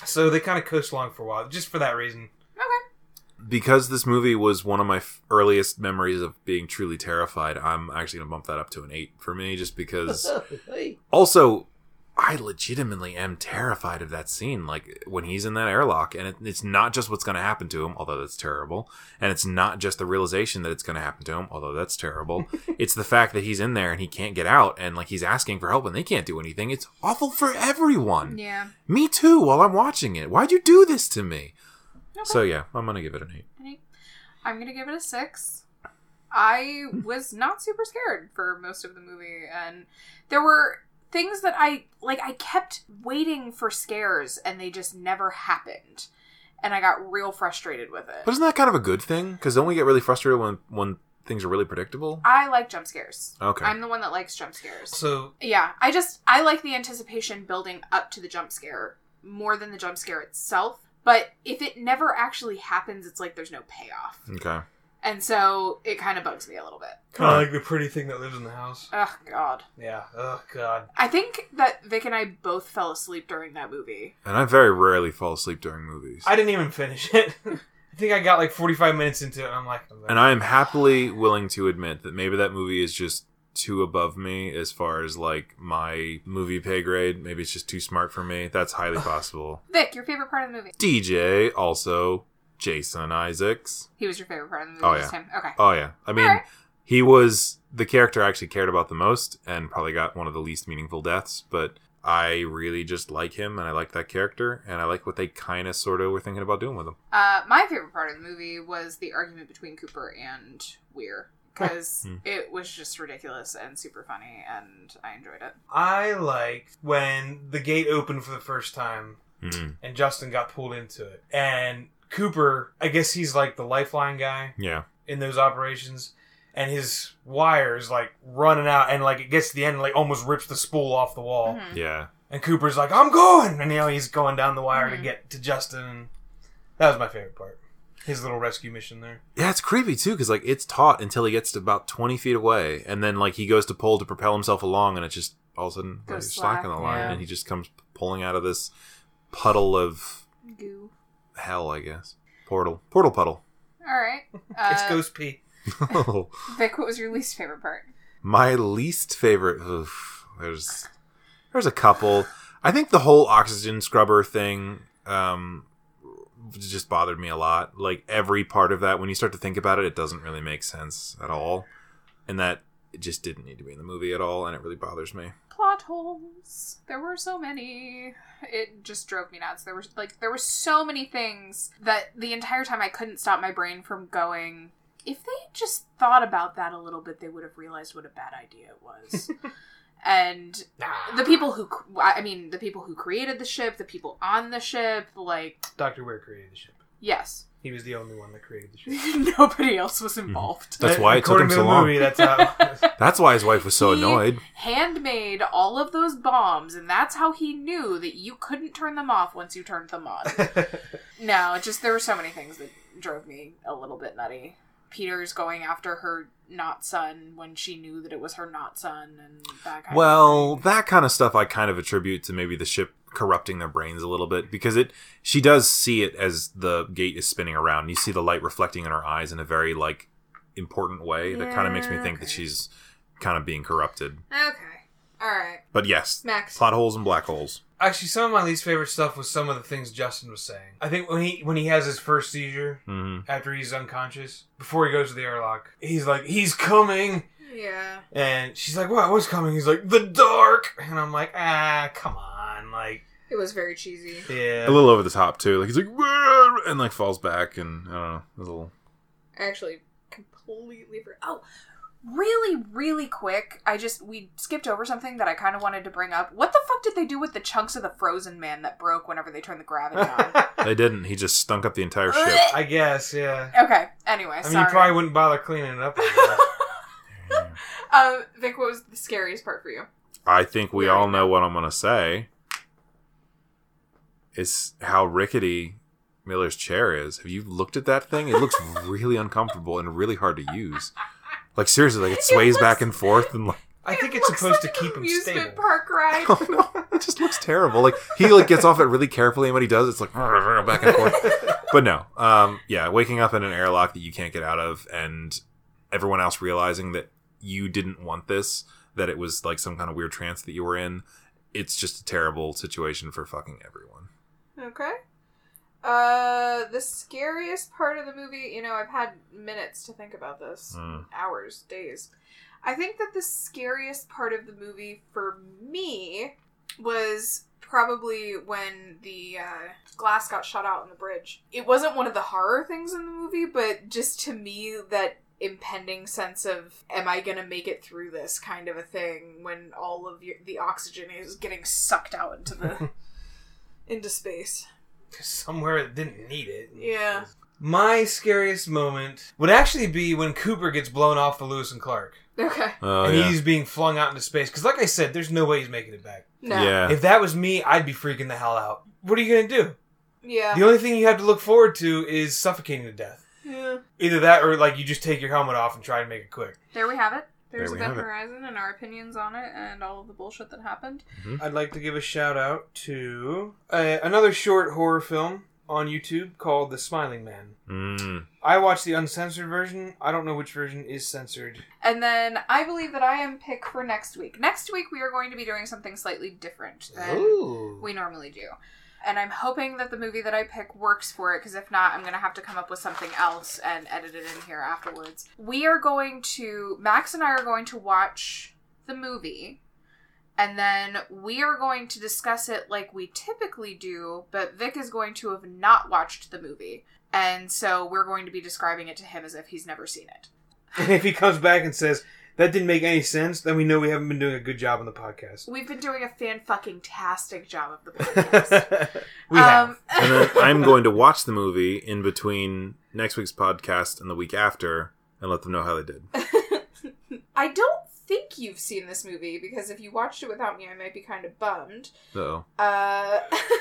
G: So they kind of coast along for a while, just for that reason.
D: okay,
F: Because this movie was one of my f- earliest memories of being truly terrified, I'm actually going to bump that up to an 8 for me, just because. also, I legitimately am terrified of that scene. Like when he's in that airlock, and it, it's not just what's going to happen to him, although that's terrible, and it's not just the realization that it's going to happen to him, although that's terrible. it's the fact that he's in there and he can't get out, and like he's asking for help and they can't do anything. It's awful for everyone.
D: Yeah.
F: Me too. While I'm watching it, why'd you do this to me? So yeah, I'm gonna give it an eight.
D: I'm gonna give it a six. I was not super scared for most of the movie, and there were things that I like. I kept waiting for scares, and they just never happened, and I got real frustrated with it.
F: But isn't that kind of a good thing? Because don't we get really frustrated when when things are really predictable?
D: I like jump scares.
F: Okay.
D: I'm the one that likes jump scares.
G: So
D: Yeah, I just I like the anticipation building up to the jump scare more than the jump scare itself. But if it never actually happens, it's like there's no payoff,
F: Okay.
D: and so it kind of bugs me a little bit.
G: kind of like the pretty thing that lives in the house.
D: Oh God!
G: Yeah. Oh God.
D: I think that Vic and I both fell asleep during that movie.
F: And I very rarely fall asleep during movies.
G: I didn't even finish it. I think I got like 45 minutes into it, and I'm like,
F: and I am happily willing to admit that maybe that movie is just too above me as far as like my movie pay grade. Maybe it's just too smart for me. That's highly possible.
D: Vic, your favorite part of the movie?
F: DJ also Jason Isaacs.
D: He was your favorite part of the movie.
F: Oh,
D: this time. Okay.
F: Oh yeah. I mean,
D: Alright.
F: he was the character I actually cared about the most and probably got one of the least meaningful deaths, but I really just like him and I like that character and I like what they kind of sort of were thinking about doing with him.
D: Uh, my favorite part of the movie was the argument between Cooper and Weir because
F: Hmm.
D: it was just ridiculous and super funny, and I enjoyed it.
G: I liked when the gate opened for the first time
F: Mm,
G: and Justin got pulled into it. And Cooper, I guess he's like the lifeline guy
F: yeah.
G: in those operations. And his wires like running out, and like it gets to the end, and, like almost rips the spool off the
F: Oh,
G: wall.
D: Mhm.
F: Yeah.
G: And Cooper's like, "I'm going," and you know he's going down the wire
D: Mhm.
G: to get to Justin. That was my favorite part. His little rescue mission there.
F: Yeah, it's creepy too because like it's taut until he gets to about twenty feet away, and then like he goes to pull to propel himself along, and it's just all of a sudden
D: Goes
F: like, slack
D: slack,
F: on the line,
D: yeah.
F: and he just comes pulling out of this puddle of
D: Goo.
F: hell, I guess. Portal, portal, puddle.
D: All right. Uh,
G: it's Ghost P.
D: Vic, what was your least favorite part?
F: My least favorite. Oof, there's there's a couple. I think the whole oxygen scrubber thing um, just bothered me a lot. Like every part of that, when you start to think about it, it doesn't really make sense at all, and that it just didn't need to be in the movie at all, and it really bothers me.
D: Plot holes. There were so many. It just drove me nuts. There were like there were so many things that the entire time I couldn't stop my brain from going. If they had just thought about that a little bit, they would have realized what a bad idea it was. and the people who, cr- I mean, the people who created the ship, the people on the ship, like
G: Doctor Ware created the ship.
D: yes,
G: He was the only one that created the ship.
D: nobody else was involved.
F: That's why it took
G: According
F: him
G: to
F: so
G: the
F: long.
G: Movie, that's how.
F: That's why his wife was so
D: He-
F: annoyed.
D: handmade all of those bombs, and that's how he knew that you couldn't turn them off once you turned them on. no, it just there were so many things that drove me a little bit nutty. Peter's going after her not son when she knew that it was her not son, and that kind
F: Well,
D: of thing.
F: that kind of stuff I kind of attribute to maybe the ship corrupting their brains a little bit because it she does see it as the gate is spinning around. You see the light reflecting in her eyes in a very like important way that kind of makes me
D: Yeah,
F: think that
D: okay.
F: she's kind of being corrupted.
D: okay, all right,
F: But yes,
D: Max.
F: plot holes and black holes.
G: Actually, some of my least favorite stuff was some of the things Justin was saying. I think when he when he has his first seizure
F: hmm
G: after he's unconscious, before he goes to the airlock, he's like, "He's coming,"
D: yeah,
G: and she's like, "What? What's coming?" He's like, "The dark," and I'm like, "Ah, come on!" Like,
D: it was very cheesy.
G: yeah,
F: A little over the top too. Like he's like "Wah!" and like falls back and I don't know, it was a little
D: I actually completely for oh really really quick i just we skipped over something that i kind of wanted to bring up what the fuck did they do with the chunks of the frozen man that broke whenever they turned the gravity on
F: they didn't. He just stunk up the entire ship.
D: Blech.
G: I guess, yeah.
D: okay anyway
G: I mean,
D: sorry
G: you probably wouldn't bother cleaning it up. anyway.
D: um vic what was the scariest part for you
F: I think we all know what I'm going to say. It's how rickety Miller's chair is. Have you looked at that thing? It looks really uncomfortable and really hard to use. Like seriously, like it sways back and forth and like
G: I think it's
D: Looks
G: supposed
D: like
G: to
D: an
G: keep him
D: amusement
G: stable.
D: park ride
F: oh no, it just looks terrible. Like he like gets off it really carefully and when he does it's like back and forth. But no. Um yeah, waking up in an airlock that you can't get out of and everyone else realizing that you didn't want this, that it was like some kind of weird trance that you were in it's just a terrible situation for fucking everyone.
D: Okay. Uh, the scariest part of the movie, you know, I've had minutes to think about this.
F: Mm.
D: Hours, days. I think that the scariest part of the movie for me was probably when the uh, glass got shot out on the bridge. It wasn't one of the horror things in the movie, but just to me, that impending sense of am i going to make it through this kind of a thing when all of your, the oxygen is getting sucked out into the into space
G: somewhere it didn't need it.
D: Yeah.
G: My scariest moment would actually be when Cooper gets blown off the Lewis and Clark,
D: okay
F: Oh
G: and
F: yeah.
G: he's being flung out into space. Because, like I said, there's no way he's making it back.
D: no
F: yeah.
G: If that was me, I'd be freaking the hell out. What are you gonna do?
D: yeah
G: The only thing you have to look forward to is suffocating to death.
D: Yeah.
G: Either that, or like you just take your helmet off and try and make it quick.
D: There we have it. There's
F: There we
D: Event
F: have it.
D: Horizon and our opinions on it and all of the bullshit that happened.
G: I'd like to give a shout out to uh, another short horror film on YouTube called The Smiling Man.
F: Mm.
G: I watched the uncensored version. I don't know which version is censored.
D: And then I believe that I am pick for next week. Next week we are going to be doing something slightly different than
G: Ooh.
D: Uh, we normally do. And I'm hoping that the movie that I pick works for it because if not, I'm going to have to come up with something else and edit it in here afterwards. We are going to, Max and I are going to watch the movie and then we are going to discuss it like we typically do, but Vic is going to have not watched the movie. And so we're going to be describing it to him as if he's never seen it.
G: And if he comes back and says that didn't make any sense, then we know we haven't been doing a good job on the podcast.
D: We've been doing a fan fucking tastic job of the podcast.
G: we
D: Um,
G: have.
F: And then I'm going to watch the movie in between next week's podcast and the week after, and let them know how they did.
D: I don't think you've seen this movie because if you watched it without me, I might be kind of bummed.
F: So,
D: Uh,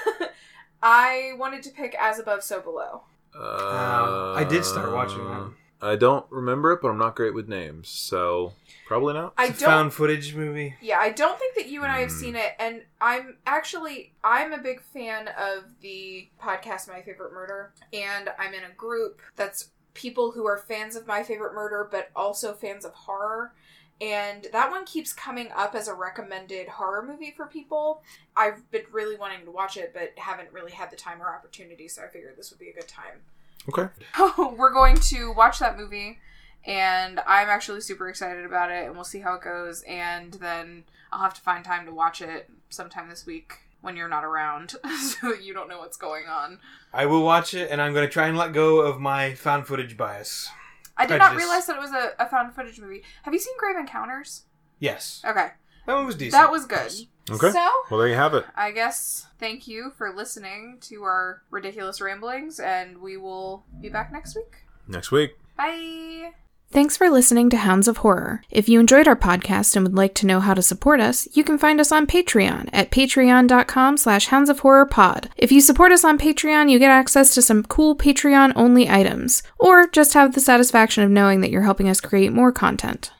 D: I wanted to pick As Above, So Below.
F: uh,
G: Um, I did start watching that.
F: I don't remember it, but I'm not great with names, so probably not.
D: I
G: It's a
D: don't.
G: found footage movie.
D: yeah, I don't think that you and I have
F: Hmm.
D: seen it, and I'm actually I'm a big fan of the podcast My Favorite Murder, and I'm in a group that's people who are fans of My Favorite Murder, but also fans of horror. And that one keeps coming up as a recommended horror movie for people. I've been really wanting to watch it, but haven't really had the time or opportunity, so I figured this would be a good time.
F: Okay.
D: we're going to watch that movie and i'm actually super excited about it and we'll see how it goes and then i'll have to find time to watch it sometime this week when you're not around so that you don't know what's going on
G: I will watch it, and I'm going to try and let go of my found footage bias.
D: i did not
G: Prejudice.
D: realize that it was a, a found footage movie have you seen grave encounters
G: Yes,
D: okay
G: that one was decent.
D: Uh, that was good
F: Okay.
D: so
F: Well, there you have it.
D: i guess thank you for listening to our ridiculous ramblings and we will be back next week
F: Next week.
D: bye
A: Thanks for listening to Hounds of Horror. If you enjoyed our podcast and would like to know how to support us, you can find us on Patreon at patreon.com slash hounds of horror pod. If you support us on Patreon, you get access to some cool Patreon-only items, or just have the satisfaction of knowing that you're helping us create more content.